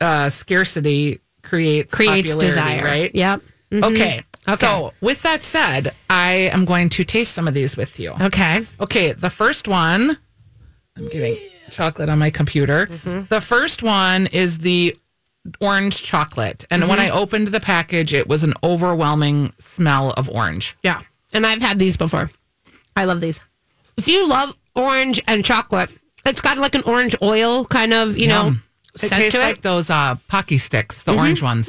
[SPEAKER 2] uh, scarcity creates
[SPEAKER 1] creates
[SPEAKER 2] popularity,
[SPEAKER 1] desire.
[SPEAKER 2] right?
[SPEAKER 1] Yep. Mhm.
[SPEAKER 2] Okay.
[SPEAKER 1] Okay.
[SPEAKER 2] So with that said, I am going to taste some of these with you.
[SPEAKER 1] Okay.
[SPEAKER 2] Okay, the first one. I'm getting chocolate on my computer.
[SPEAKER 1] Mm-hmm.
[SPEAKER 2] The first one is the orange chocolate. And when
[SPEAKER 1] Mm-hmm.
[SPEAKER 2] I opened the package, it was an overwhelming smell of orange.
[SPEAKER 1] Yeah. And I've had these before. I love these. If you love orange and chocolate, it's got like an orange oil kind of, you know,
[SPEAKER 2] Yum. It Mm-hmm.
[SPEAKER 1] scent
[SPEAKER 2] tastes
[SPEAKER 1] to it.
[SPEAKER 2] like those uh, Pocky sticks, the orange ones.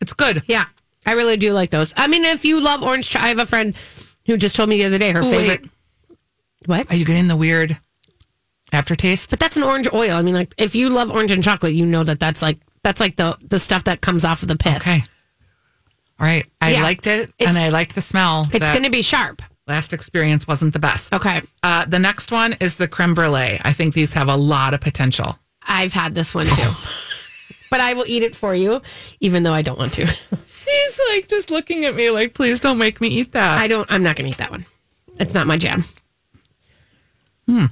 [SPEAKER 2] It's good.
[SPEAKER 1] yeah. I really do like those. I mean, if you love orange, cho- I have a friend who just told me the other day her
[SPEAKER 2] Ooh,
[SPEAKER 1] favorite.
[SPEAKER 2] wait.
[SPEAKER 1] What?
[SPEAKER 2] Are you getting the weird aftertaste?
[SPEAKER 1] but that's an orange oil. I mean, like if you love orange and chocolate, you know that that's like that's like the the stuff that comes off of the pith.
[SPEAKER 2] Okay. All right. I
[SPEAKER 1] Yeah.
[SPEAKER 2] liked it
[SPEAKER 1] It's-
[SPEAKER 2] and I liked the smell.
[SPEAKER 1] It's
[SPEAKER 2] That
[SPEAKER 1] going to be sharp.
[SPEAKER 2] last experience wasn't the best.
[SPEAKER 1] Okay.
[SPEAKER 2] Uh, the next one is the creme brulee. I think these have a lot of potential.
[SPEAKER 1] I've had this
[SPEAKER 2] [LAUGHS]
[SPEAKER 1] one too. but I will eat it for you even though I don't want to.
[SPEAKER 2] She's like just looking at me like, please don't make me eat that.
[SPEAKER 1] I don't. I'm not going to eat that one. It's not my jam. Hmm.
[SPEAKER 2] Hmm.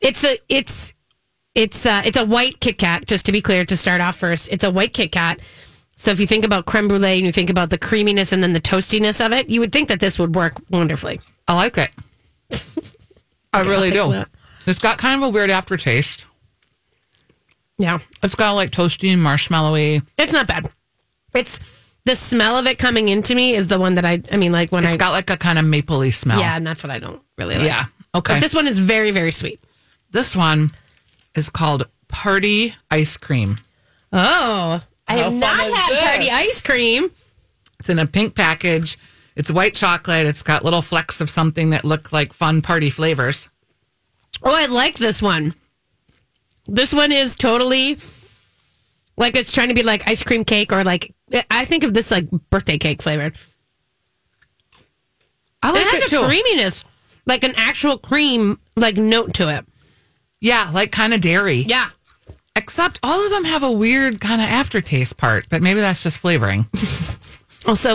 [SPEAKER 1] It's a. It's. It's a, it's a white Kit Kat, just to be clear, to start off first. It's a white Kit Kat. So if you think about creme brulee and you think about the creaminess and then the toastiness of it, you would think that this would work wonderfully.
[SPEAKER 2] I, like [LAUGHS] it. I really
[SPEAKER 1] take
[SPEAKER 2] do.
[SPEAKER 1] that.
[SPEAKER 2] It's got kind of a weird aftertaste.
[SPEAKER 1] Yeah.
[SPEAKER 2] It's got like toasty, marshmallowy.
[SPEAKER 1] It's not bad. It's the smell of it coming into me is the one that I, I mean, like when
[SPEAKER 2] It's
[SPEAKER 1] I,
[SPEAKER 2] got like a kind of mapley smell.
[SPEAKER 1] yeah, and that's what I don't really like.
[SPEAKER 2] Yeah. Okay.
[SPEAKER 1] But
[SPEAKER 2] This,
[SPEAKER 1] this one is very, very sweet.
[SPEAKER 2] one is called Party Ice Cream.
[SPEAKER 1] Oh, I
[SPEAKER 2] How
[SPEAKER 1] have
[SPEAKER 2] fun
[SPEAKER 1] not
[SPEAKER 2] is
[SPEAKER 1] had party
[SPEAKER 2] this?
[SPEAKER 1] ice cream.
[SPEAKER 2] It's in a pink package. It's white chocolate. It's got little flecks of something that look like fun party flavors.
[SPEAKER 1] Oh, I like this one. This one is totally like it's trying to be like ice cream cake or like I think of this like birthday cake flavored.
[SPEAKER 2] I like
[SPEAKER 1] Oh, it
[SPEAKER 2] it,
[SPEAKER 1] has
[SPEAKER 2] too.
[SPEAKER 1] a creaminess, like an actual cream like note to it.
[SPEAKER 2] Yeah, like kind of dairy.
[SPEAKER 1] Yeah.
[SPEAKER 2] Except all of them have a weird kind of aftertaste part, but maybe that's just flavoring.
[SPEAKER 1] Also,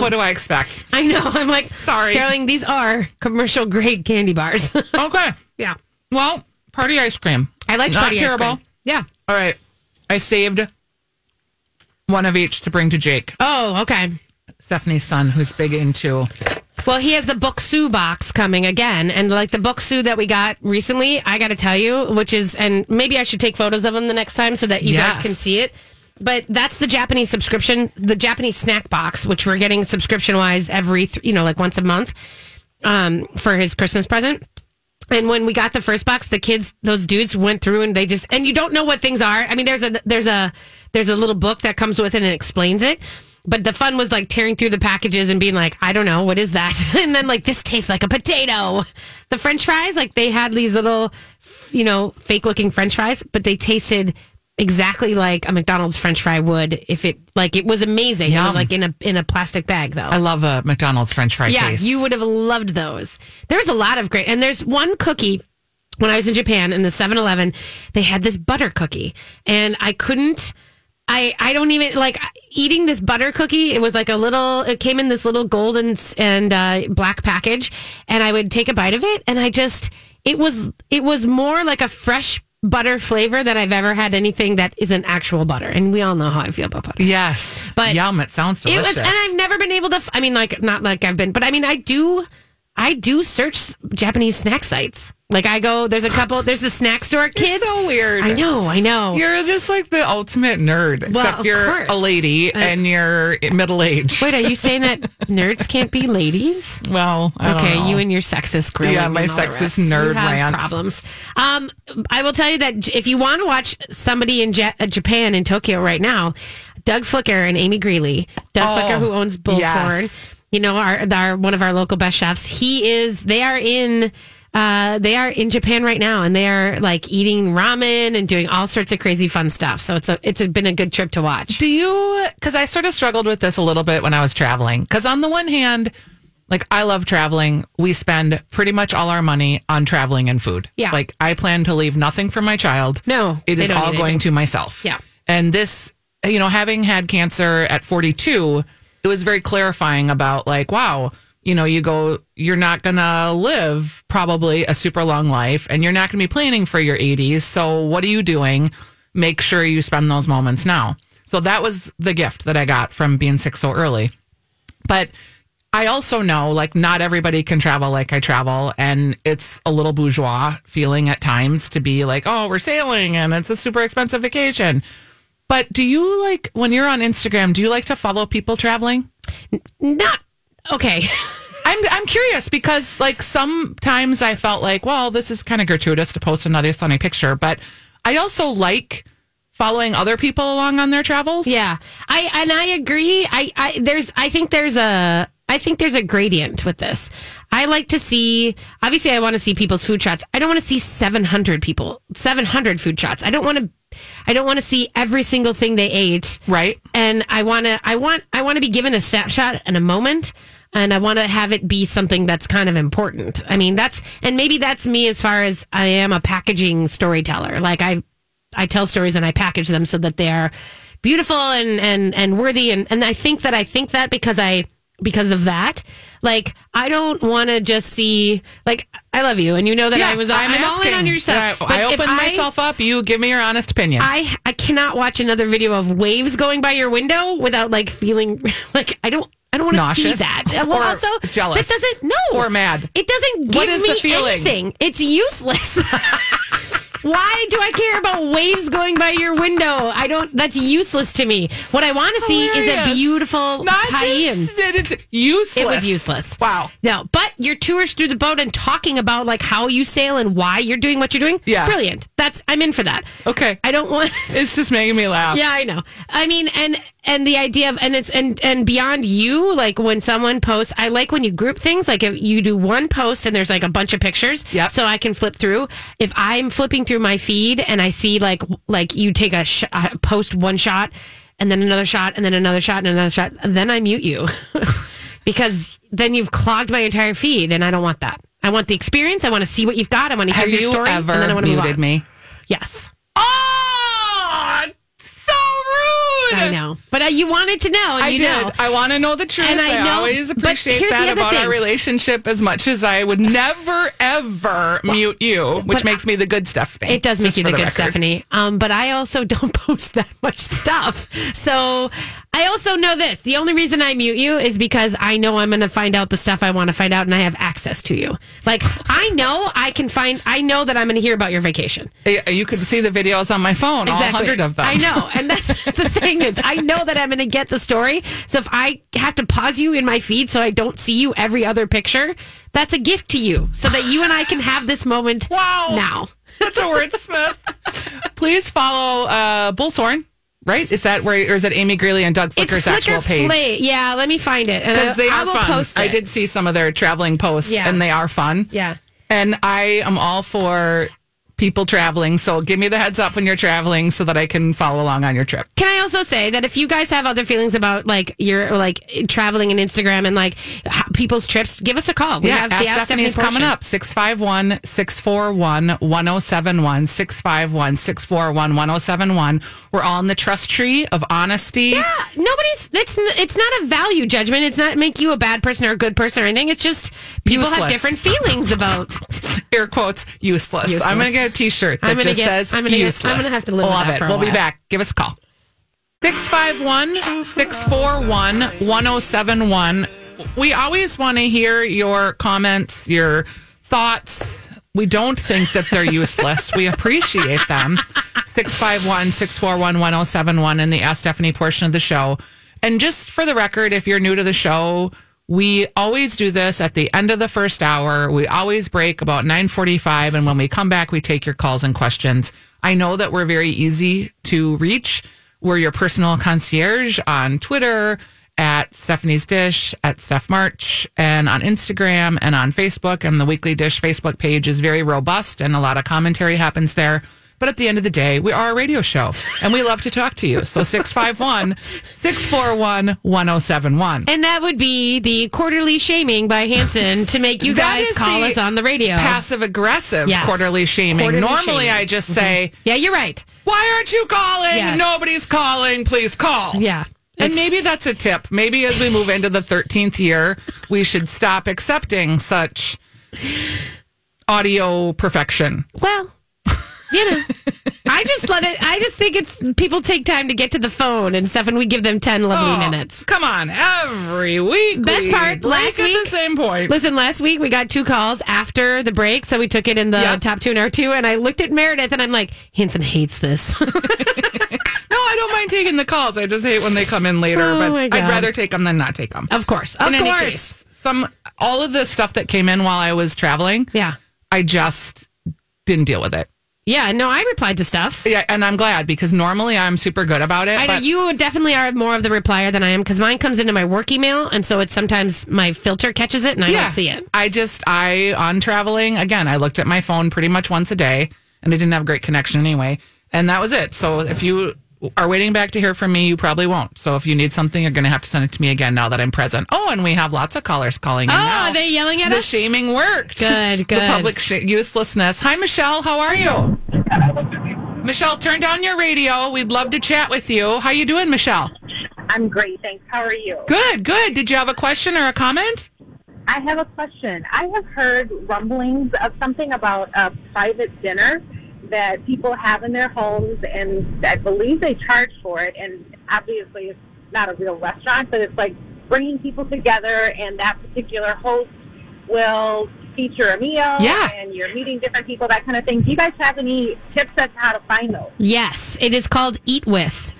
[SPEAKER 2] [LAUGHS] what do I expect?
[SPEAKER 1] I know I'm [LAUGHS] like
[SPEAKER 2] Sorry.
[SPEAKER 1] darling. These are commercial grade candy bars. [LAUGHS]
[SPEAKER 2] Okay.
[SPEAKER 1] yeah,
[SPEAKER 2] Well, party ice cream.
[SPEAKER 1] I like
[SPEAKER 2] Not
[SPEAKER 1] party ice cream.
[SPEAKER 2] terrible.
[SPEAKER 1] Yeah.
[SPEAKER 2] All right. I saved one of each to bring to Jake,
[SPEAKER 1] Oh, okay.
[SPEAKER 2] Stephanie's son, who's big into.
[SPEAKER 1] Well, he has the Boksu box coming again, and like the Boksu that we got recently, I got to tell you, which is, and maybe I should take photos of them the next time so that you
[SPEAKER 2] Yes.
[SPEAKER 1] guys can see it. But that's the Japanese subscription, the Japanese snack box, which we're getting subscription wise every, th- you know, like once a month um, for his Christmas present. And when we got the first box, the kids, those dudes went through and they just, and you don't know what things are. I mean, there's a, there's a, there's a little book that comes with it and it explains it. But the fun was like tearing through the packages and being like, I don't know, what is that? [LAUGHS] And then like, this tastes like a potato. The french fries, like they had these little, f- you know, fake looking french fries, but they tasted exactly like a McDonald's french fry would if it, like, it was amazing. It
[SPEAKER 2] Yum.
[SPEAKER 1] was like in a, in a plastic bag though.
[SPEAKER 2] I love a McDonald's French fry
[SPEAKER 1] Yeah,
[SPEAKER 2] taste.
[SPEAKER 1] you would have loved those. There's a lot of great, and there's one cookie. When I was in Japan in the 7-Eleven, they had this butter cookie, and I couldn't. I I don't even like eating this butter cookie. It was like a little. It came in this little golden s- and uh, black package, and I would take a bite of it, and I just it was it was more like a fresh butter flavor than I've ever had anything that isn't actual butter, and we all know how I feel about butter.
[SPEAKER 2] Yes.
[SPEAKER 1] But-
[SPEAKER 2] Yum. It sounds delicious.
[SPEAKER 1] It was, and I've never been able to. f- I mean, like not like I've been, but I mean, I do, I do search s- Japanese snack sites. Like I go, there's a couple. There's the snack store
[SPEAKER 2] You're
[SPEAKER 1] kids.
[SPEAKER 2] so weird.
[SPEAKER 1] I know, I know.
[SPEAKER 2] You're just like the ultimate nerd,
[SPEAKER 1] Well,
[SPEAKER 2] except
[SPEAKER 1] of
[SPEAKER 2] you're
[SPEAKER 1] course. Uh,
[SPEAKER 2] a lady and you're middle
[SPEAKER 1] [LAUGHS]
[SPEAKER 2] aged.
[SPEAKER 1] Wait, are you
[SPEAKER 2] [LAUGHS]
[SPEAKER 1] saying that nerds can't be ladies?
[SPEAKER 2] Well, I don't
[SPEAKER 1] Okay,
[SPEAKER 2] know.
[SPEAKER 1] you and your sexist grilling.
[SPEAKER 2] Yeah, my
[SPEAKER 1] and all the
[SPEAKER 2] sexist
[SPEAKER 1] rest.
[SPEAKER 2] nerd
[SPEAKER 1] you have
[SPEAKER 2] rant.
[SPEAKER 1] problems. Um, I will tell you that j- if you want to watch somebody in ja- uh, Japan in Tokyo right now, Doug Flicker and Amy Greeley, Doug
[SPEAKER 2] Oh,
[SPEAKER 1] Flicker who owns Bullshorn,
[SPEAKER 2] yes.
[SPEAKER 1] you know, our, our one of our local best chefs. He is. They are in. Uh, they are in Japan right now, and they are like eating ramen and doing all sorts of crazy fun stuff. So it's a it's a, been a good trip to watch.
[SPEAKER 2] Do you, because I sort of struggled with this a little bit when I was traveling. Because on the one hand, like I love traveling. We spend pretty much all our money on traveling and food.
[SPEAKER 1] Yeah.
[SPEAKER 2] Like I plan to leave nothing for my child.
[SPEAKER 1] No,
[SPEAKER 2] It
[SPEAKER 1] they
[SPEAKER 2] is
[SPEAKER 1] don't
[SPEAKER 2] all
[SPEAKER 1] need
[SPEAKER 2] going to myself.
[SPEAKER 1] Yeah.
[SPEAKER 2] And this, you know, having had cancer at 42, it was very clarifying about like, wow, you know, you go, you're not going to live probably a super long life and you're not going to be planning for your 80s. So what are you doing? Make sure you spend those moments now. So that was the gift that I got from being sick so early but I also know like not everybody can travel like I travel and it's a little bourgeois feeling at times to be like, "Oh, we're sailing and it's a super expensive vacation." But do you like when you're on Instagram, do you like to follow people traveling?
[SPEAKER 1] Not okay. [LAUGHS]
[SPEAKER 2] I'm I'm curious because like sometimes I felt like, well, this is kind of gratuitous to post another sunny picture, but I also like following other people along on their travels.
[SPEAKER 1] Yeah, I and I agree. I, I there's I think there's a I think there's a gradient with this. I like to see obviously I want to see people's food shots. I don't want to see 700 people 700 food shots. I don't want to I don't want to see every single thing they ate.
[SPEAKER 2] Right?
[SPEAKER 1] And I want to I want I want to be given a snapshot and a moment and I want to have it be something that's kind of important. I mean, that's and maybe that's me as far as I am a packaging storyteller. Like I I tell stories and I package them so that they are beautiful and and and worthy and and I think that I think that because I because of that like I don't want to just see like I love you and you know that I was I'm, all in on your side.
[SPEAKER 2] I, I
[SPEAKER 1] But if
[SPEAKER 2] open myself up. You give me your honest opinion.
[SPEAKER 1] I I cannot watch another video of waves going by your window without like feeling [LAUGHS] like I don't I don't want to see
[SPEAKER 2] Nauseous
[SPEAKER 1] that. Uh, Well,
[SPEAKER 2] or
[SPEAKER 1] also
[SPEAKER 2] jealous
[SPEAKER 1] That doesn't no
[SPEAKER 2] or mad.
[SPEAKER 1] It doesn't give
[SPEAKER 2] What is
[SPEAKER 1] me
[SPEAKER 2] the feeling?
[SPEAKER 1] anything. It's useless. [LAUGHS] Why do I care about waves going by your window? I don't. That's useless to me. What I want to see is a
[SPEAKER 2] Hilarious.
[SPEAKER 1] beautiful
[SPEAKER 2] not
[SPEAKER 1] paean.
[SPEAKER 2] just that it's useless.
[SPEAKER 1] It was useless.
[SPEAKER 2] Wow.
[SPEAKER 1] No, but your tours through the boat and talking about like how you sail and why you're doing what you're doing.
[SPEAKER 2] Yeah.
[SPEAKER 1] Brilliant. That's I'm in for that.
[SPEAKER 2] Okay.
[SPEAKER 1] I don't want
[SPEAKER 2] [LAUGHS] It's just making me laugh.
[SPEAKER 1] yeah, I know. I mean, and and the idea of and it's and and beyond you, like when someone posts, I like when you group things. Like if you do one post and there's like a bunch of pictures,
[SPEAKER 2] Yep.
[SPEAKER 1] So I can flip through. If I'm flipping through my feed and I see like w- like you take a sh- uh, post one shot and then another shot and then another shot and another shot, then I mute you [LAUGHS] because then you've clogged my entire feed, and I don't want that. I want the experience. I want to see what you've got. I want to hear
[SPEAKER 2] Have
[SPEAKER 1] your
[SPEAKER 2] you
[SPEAKER 1] story,
[SPEAKER 2] ever
[SPEAKER 1] and then I want to move
[SPEAKER 2] muted
[SPEAKER 1] on.
[SPEAKER 2] me?
[SPEAKER 1] Yes.
[SPEAKER 2] Oh, so rude.
[SPEAKER 1] I know, but uh, you wanted to know. And
[SPEAKER 2] I
[SPEAKER 1] you
[SPEAKER 2] did.
[SPEAKER 1] Know.
[SPEAKER 2] I want to know the truth.
[SPEAKER 1] And I know-
[SPEAKER 2] always
[SPEAKER 1] but
[SPEAKER 2] appreciate
[SPEAKER 1] here's the
[SPEAKER 2] that
[SPEAKER 1] other
[SPEAKER 2] about
[SPEAKER 1] thing.
[SPEAKER 2] our relationship as much as I would never, ever mute you, which
[SPEAKER 1] but
[SPEAKER 2] makes me the good stuff.
[SPEAKER 1] It does make you the, good
[SPEAKER 2] stuff.
[SPEAKER 1] Stephanie. Um, but I also [LAUGHS] don't post that much stuff. So I also know this. The only reason I mute you is because I know I'm going to find out the stuff I want to find out and I have access to you. Like I know I can find, I know that I'm going to hear about your vacation.
[SPEAKER 2] You could see the videos on my phone, all 100 of them.
[SPEAKER 1] I know. And that's [LAUGHS] the thing is I know that I'm going to get the story. So if I have to pause you in my feed so I don't see you every other picture, that's a gift to you so that you and I can have this moment
[SPEAKER 2] Wow.
[SPEAKER 1] now.
[SPEAKER 2] Such a wordsmith. Please follow uh, Bullthorn, right? Is that where, or is it Amy Greeley and Doug Flicker's actual page?
[SPEAKER 1] Flay. Yeah, let me find it. And I,
[SPEAKER 2] Because they
[SPEAKER 1] I
[SPEAKER 2] are
[SPEAKER 1] will
[SPEAKER 2] fun.
[SPEAKER 1] post it.
[SPEAKER 2] I did see some of their traveling posts,
[SPEAKER 1] Yeah.
[SPEAKER 2] and they are fun.
[SPEAKER 1] Yeah.
[SPEAKER 2] And I am all for people traveling. So give me the heads up when you're traveling so that I can follow along on your trip.
[SPEAKER 1] Can I also say that if you guys have other feelings about like your like traveling and Instagram and like h- people's trips, give us a call. We
[SPEAKER 2] Yeah,
[SPEAKER 1] the
[SPEAKER 2] Ask
[SPEAKER 1] Ask
[SPEAKER 2] Stephanie is coming
[SPEAKER 1] portion.
[SPEAKER 2] up 651 641 1071. 651 641 1071. We're all in the trust tree of honesty.
[SPEAKER 1] Yeah, nobody's. It's n- it's not a value judgment. It's not make you a bad person or a good person or anything. It's just people have
[SPEAKER 2] Useless.
[SPEAKER 1] different feelings about.
[SPEAKER 2] [LAUGHS] air quotes useless.
[SPEAKER 1] Useless.
[SPEAKER 2] I'm gonna get a T-shirt that
[SPEAKER 1] I'm gonna
[SPEAKER 2] just
[SPEAKER 1] get-
[SPEAKER 2] says
[SPEAKER 1] I'm gonna get-
[SPEAKER 2] useless.
[SPEAKER 1] I'm gonna have to live with
[SPEAKER 2] Love
[SPEAKER 1] that
[SPEAKER 2] it.
[SPEAKER 1] for a
[SPEAKER 2] we'll be
[SPEAKER 1] while.
[SPEAKER 2] back. Give us a call. 651-641-1071. We always want to hear your comments, your thoughts. We don't think that they're useless. we appreciate them. 651-641-1071 in the Ask Stephanie portion of the show. And just for the record, if you're new to the show, we always do this at the end of the first hour. We always break about 9:45 and when we come back we take your calls and questions. I know that we're very easy to reach. We're your personal concierge on Twitter at Stephanie's Dish, at Steph March, and on Instagram and on Facebook. And the Weekly Dish Facebook page is very robust and a lot of commentary happens there. But at the end of the day, we are a radio show and we love to talk to you. So 651 641 1071.
[SPEAKER 1] And that would be the quarterly shaming by Hanson to make you
[SPEAKER 2] That
[SPEAKER 1] guys
[SPEAKER 2] is
[SPEAKER 1] call
[SPEAKER 2] the
[SPEAKER 1] us on the radio.
[SPEAKER 2] Passive aggressive
[SPEAKER 1] Yes.
[SPEAKER 2] quarterly shaming.
[SPEAKER 1] Quarterly
[SPEAKER 2] Normally,
[SPEAKER 1] shaming.
[SPEAKER 2] I just say,
[SPEAKER 1] yeah, you're right.
[SPEAKER 2] Why aren't you calling?
[SPEAKER 1] Yes.
[SPEAKER 2] Nobody's calling. Please call.
[SPEAKER 1] Yeah.
[SPEAKER 2] And
[SPEAKER 1] It's-
[SPEAKER 2] maybe that's a tip. Maybe as we move into the 13th year, we should stop accepting such audio perfection.
[SPEAKER 1] Well, you know, I just let it. I just think it's people take time to get to the phone and stuff, and we give them ten lovely minutes.
[SPEAKER 2] Oh, Come on, every week.
[SPEAKER 1] Best
[SPEAKER 2] we
[SPEAKER 1] part,
[SPEAKER 2] break
[SPEAKER 1] last
[SPEAKER 2] at
[SPEAKER 1] week-
[SPEAKER 2] the same point.
[SPEAKER 1] Listen, last week we got two calls after the break, so we took it in the
[SPEAKER 2] Yeah.
[SPEAKER 1] top two and our two. And I looked at Meredith, and I'm like, Hanson hates this. [LAUGHS]
[SPEAKER 2] no, I don't mind taking the calls. I just hate when they come in later,
[SPEAKER 1] Oh
[SPEAKER 2] but
[SPEAKER 1] my
[SPEAKER 2] I'd
[SPEAKER 1] God.
[SPEAKER 2] rather take them than not take them.
[SPEAKER 1] of course, of
[SPEAKER 2] In any
[SPEAKER 1] course,
[SPEAKER 2] case, some all of the stuff that came in while I was traveling,
[SPEAKER 1] yeah,
[SPEAKER 2] I just didn't deal with it.
[SPEAKER 1] yeah. No, I replied to stuff.
[SPEAKER 2] Yeah, and I'm glad because normally I'm super good about it.
[SPEAKER 1] I know
[SPEAKER 2] but
[SPEAKER 1] you definitely are more of the replier than I am because mine comes into my work email, and so it's sometimes my filter catches it and I
[SPEAKER 2] yeah,
[SPEAKER 1] don't see it.
[SPEAKER 2] I just I on traveling again. I looked at my phone pretty much once a day, and I didn't have a great connection anyway, and that was it. So if you are waiting back to hear from me, you probably won't. So if you need something, you're going to have to send it to me again now that I'm present. Oh, and we have lots of callers calling.
[SPEAKER 1] Oh,
[SPEAKER 2] in now.
[SPEAKER 1] are they yelling at
[SPEAKER 2] the
[SPEAKER 1] us?
[SPEAKER 2] shaming worked.
[SPEAKER 1] Good,
[SPEAKER 2] The
[SPEAKER 1] good.
[SPEAKER 2] public sh- uselessness. Hi, Michelle. How are you? Michelle, turn down your radio. We'd love to chat with you. How you doing, Michelle?
[SPEAKER 4] I'm great, thanks. How are you?
[SPEAKER 2] Good, good. Did you have a question or a comment?
[SPEAKER 4] I have a question. I have heard rumblings of something about a private dinner that people have in their homes, and I believe they charge for it. And obviously, it's not a real restaurant, but it's like bringing people together, and that particular host will feature a meal,
[SPEAKER 2] Yeah.
[SPEAKER 4] and you're meeting different people, that kind of thing. Do you guys have any tips as to how to find those?
[SPEAKER 1] Yes, it is called Eat With.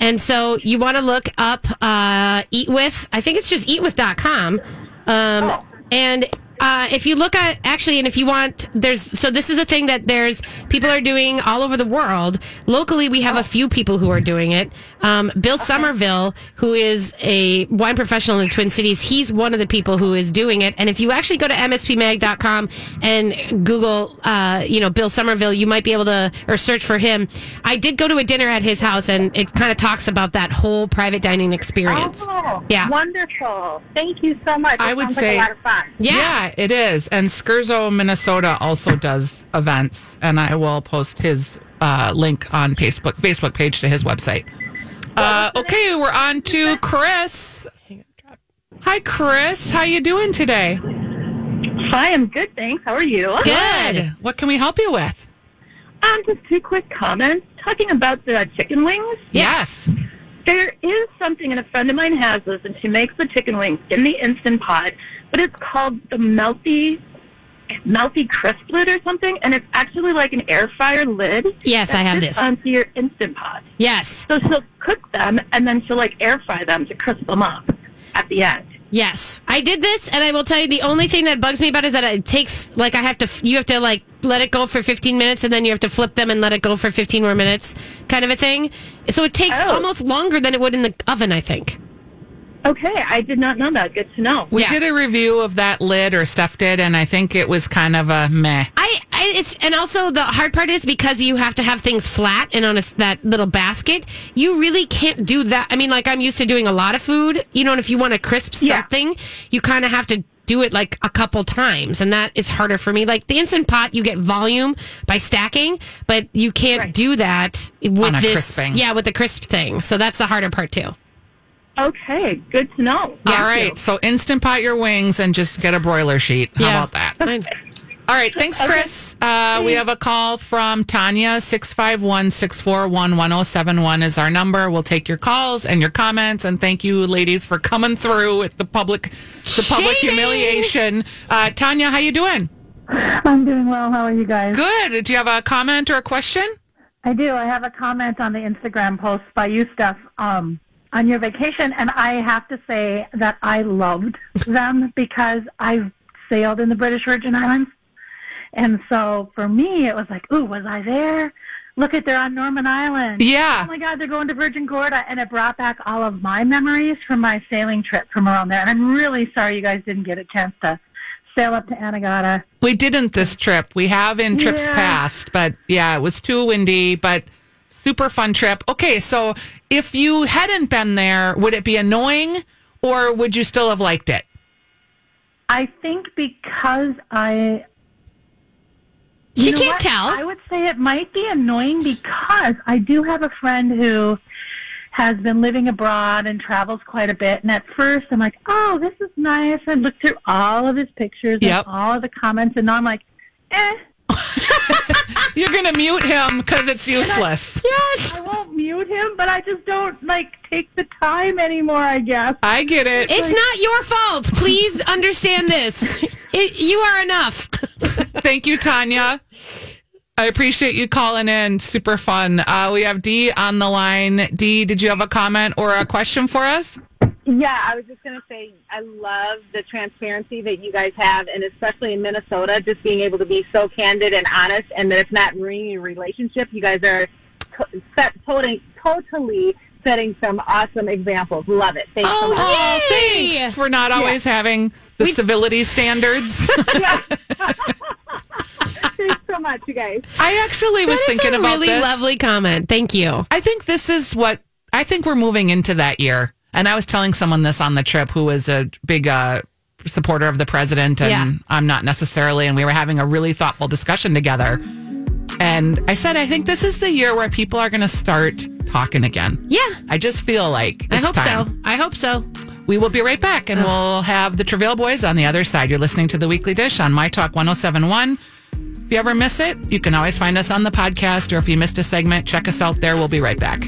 [SPEAKER 1] And so you want to look up uh, Eat With. I think it's just eatwith.com. Um, And uh, if you look at, actually, and if you want, there's, so this is a thing that there's, people are doing all over the world. Locally, we have a few people who are doing it. Um, Bill Somerville, who is a wine professional in the Twin Cities, he's one of the people who is doing it. And if you actually go to mspmag.com and Google, uh, you know, Bill Somerville, you might be able to, or search for him. I did go to a dinner at his house and it kind of talks about that whole private dining experience.
[SPEAKER 4] Oh,
[SPEAKER 1] Yeah.
[SPEAKER 4] wonderful! Thank you so much.
[SPEAKER 2] I
[SPEAKER 4] It
[SPEAKER 2] would
[SPEAKER 4] sounds
[SPEAKER 2] say-
[SPEAKER 4] like a lot of fun.
[SPEAKER 1] Yeah.
[SPEAKER 2] it is. And Scherzo, Minnesota also does events, and I will post his uh, link on Facebook Facebook page to his website. Uh, okay, we're on to Chris. Hi, Chris. How you doing today?
[SPEAKER 5] Hi, I'm good, thanks. How are you?
[SPEAKER 1] Good.
[SPEAKER 2] What can we help you with?
[SPEAKER 5] Um, just two quick comments. Talking about the chicken wings,
[SPEAKER 2] Yes.
[SPEAKER 5] there is something, and a friend of mine has this, and she makes the chicken wings in the Instant Pot, but it's called the melty, melty crisp lid or something, and it's actually like an air fryer lid.
[SPEAKER 1] Yes, I
[SPEAKER 5] that
[SPEAKER 1] have
[SPEAKER 5] fits
[SPEAKER 1] this.
[SPEAKER 5] onto your Instant Pot.
[SPEAKER 1] Yes.
[SPEAKER 5] So she'll cook them, and then she'll like air fry them to crisp them up at the end.
[SPEAKER 1] Yes, I did this, and I will tell you the only thing that bugs me about it is that it takes like I have to you have to like let it go for 15 minutes, and then you have to flip them and let it go for 15 more minutes, kind of a thing. So it takes
[SPEAKER 5] Oh.
[SPEAKER 1] almost longer than it would in the oven, I think.
[SPEAKER 5] Okay, I did not know that. Good to know.
[SPEAKER 2] We
[SPEAKER 1] Yeah.
[SPEAKER 2] did a review of that lid, or Steph did, and I think it was kind of a meh.
[SPEAKER 1] I, I it's and also the hard part is because you have to have things flat and on a, s- that little basket, you really can't do that. I mean, like I'm used to doing a lot of food, you know, and if you want to crisp
[SPEAKER 5] Yeah.
[SPEAKER 1] something, you kind of have to do it like a couple times, and that is harder for me. Like the instant pot, you get volume by stacking, but you can't do that
[SPEAKER 2] On a
[SPEAKER 1] with this.
[SPEAKER 2] crisping.
[SPEAKER 1] Yeah, with the crisp thing. So that's the harder part too.
[SPEAKER 5] Okay, good to know. Thank
[SPEAKER 2] All
[SPEAKER 5] you.
[SPEAKER 2] right, so instant pot your wings and just get a broiler sheet. How
[SPEAKER 1] yeah.
[SPEAKER 2] about that?
[SPEAKER 1] Mine-
[SPEAKER 2] All right, thanks, Chris. Uh, we have a call from Tanya, 651 641 1071 is our number. We'll take your calls and your comments. And thank you, ladies, for coming through with the public the public
[SPEAKER 1] Shaming.
[SPEAKER 2] humiliation. Uh, Tanya, how you doing?
[SPEAKER 6] I'm doing well. How are you guys?
[SPEAKER 2] Good. Do you have a comment or a question?
[SPEAKER 6] I do. I have a comment on the Instagram post by you, Steph, um, on your vacation, and I have to say that I loved them
[SPEAKER 2] [LAUGHS]
[SPEAKER 6] because I've sailed in the British Virgin Islands, and so for me it was like, ooh, was I there? look at they're on Norman Island.
[SPEAKER 2] Yeah.
[SPEAKER 6] Oh my God, they're going to Virgin Gorda, and it brought back all of my memories from my sailing trip from around there. And I'm really sorry you guys didn't get a chance to sail up to Anagata.
[SPEAKER 2] We didn't this trip. We have in trips
[SPEAKER 6] Yeah.
[SPEAKER 2] past, but yeah, it was too windy, but super fun trip. Okay, so if you hadn't been there, would it be annoying or would you still have liked it?
[SPEAKER 6] I think because I.
[SPEAKER 1] She
[SPEAKER 6] You know
[SPEAKER 1] can't
[SPEAKER 6] what?
[SPEAKER 1] tell.
[SPEAKER 6] I would say it might be annoying because I do have a friend who has been living abroad and travels quite a bit. And at first, I'm like, oh, this is nice. I looked through all of his pictures
[SPEAKER 2] Yep.
[SPEAKER 6] and all of the comments. And now I'm like, eh,
[SPEAKER 2] You're going to mute him because it's useless.
[SPEAKER 6] I won't mute him, but I just don't, like, take the time anymore, I guess.
[SPEAKER 2] I get it.
[SPEAKER 1] It's not your fault. Please [LAUGHS] understand this. It, you are enough.
[SPEAKER 2] Thank you, Tanya. I appreciate you calling in. Super fun. Uh, we have Dee on the line. Dee, did you have a comment or a question for us?
[SPEAKER 4] Yeah, I was just going to say I love the transparency that you guys have, and especially in Minnesota, just being able to be so candid and honest, and that it's not ruining your relationship. You guys are to- set, totally, totally setting some awesome examples. Love it. Thanks so
[SPEAKER 2] [LAUGHS]
[SPEAKER 4] much.
[SPEAKER 2] Oh,
[SPEAKER 1] Yay!
[SPEAKER 2] thanks for not always having the civility
[SPEAKER 1] [LAUGHS]
[SPEAKER 2] standards.
[SPEAKER 4] Thanks so much, you guys.
[SPEAKER 2] I actually was
[SPEAKER 1] That is
[SPEAKER 2] thinking
[SPEAKER 1] a
[SPEAKER 2] about
[SPEAKER 1] really
[SPEAKER 2] this.
[SPEAKER 1] lovely comment. Thank you.
[SPEAKER 2] I think this is what I think we're moving into that year. And I was telling someone this on the trip who was a big uh, supporter of the president, and
[SPEAKER 1] Yeah.
[SPEAKER 2] I'm not necessarily. And we were having a really thoughtful discussion together. And I said, I think this is the year where people are going to start talking again.
[SPEAKER 1] Yeah.
[SPEAKER 2] I just feel like
[SPEAKER 1] I
[SPEAKER 2] it's
[SPEAKER 1] hope
[SPEAKER 2] time.
[SPEAKER 1] so. I hope so.
[SPEAKER 2] We will be right back and we'll have the Travail Boys on the other side. You're listening to The Weekly Dish on My Talk 1071. If you ever miss it, you can always find us on the podcast, or if you missed a segment, check us out there. We'll be right back.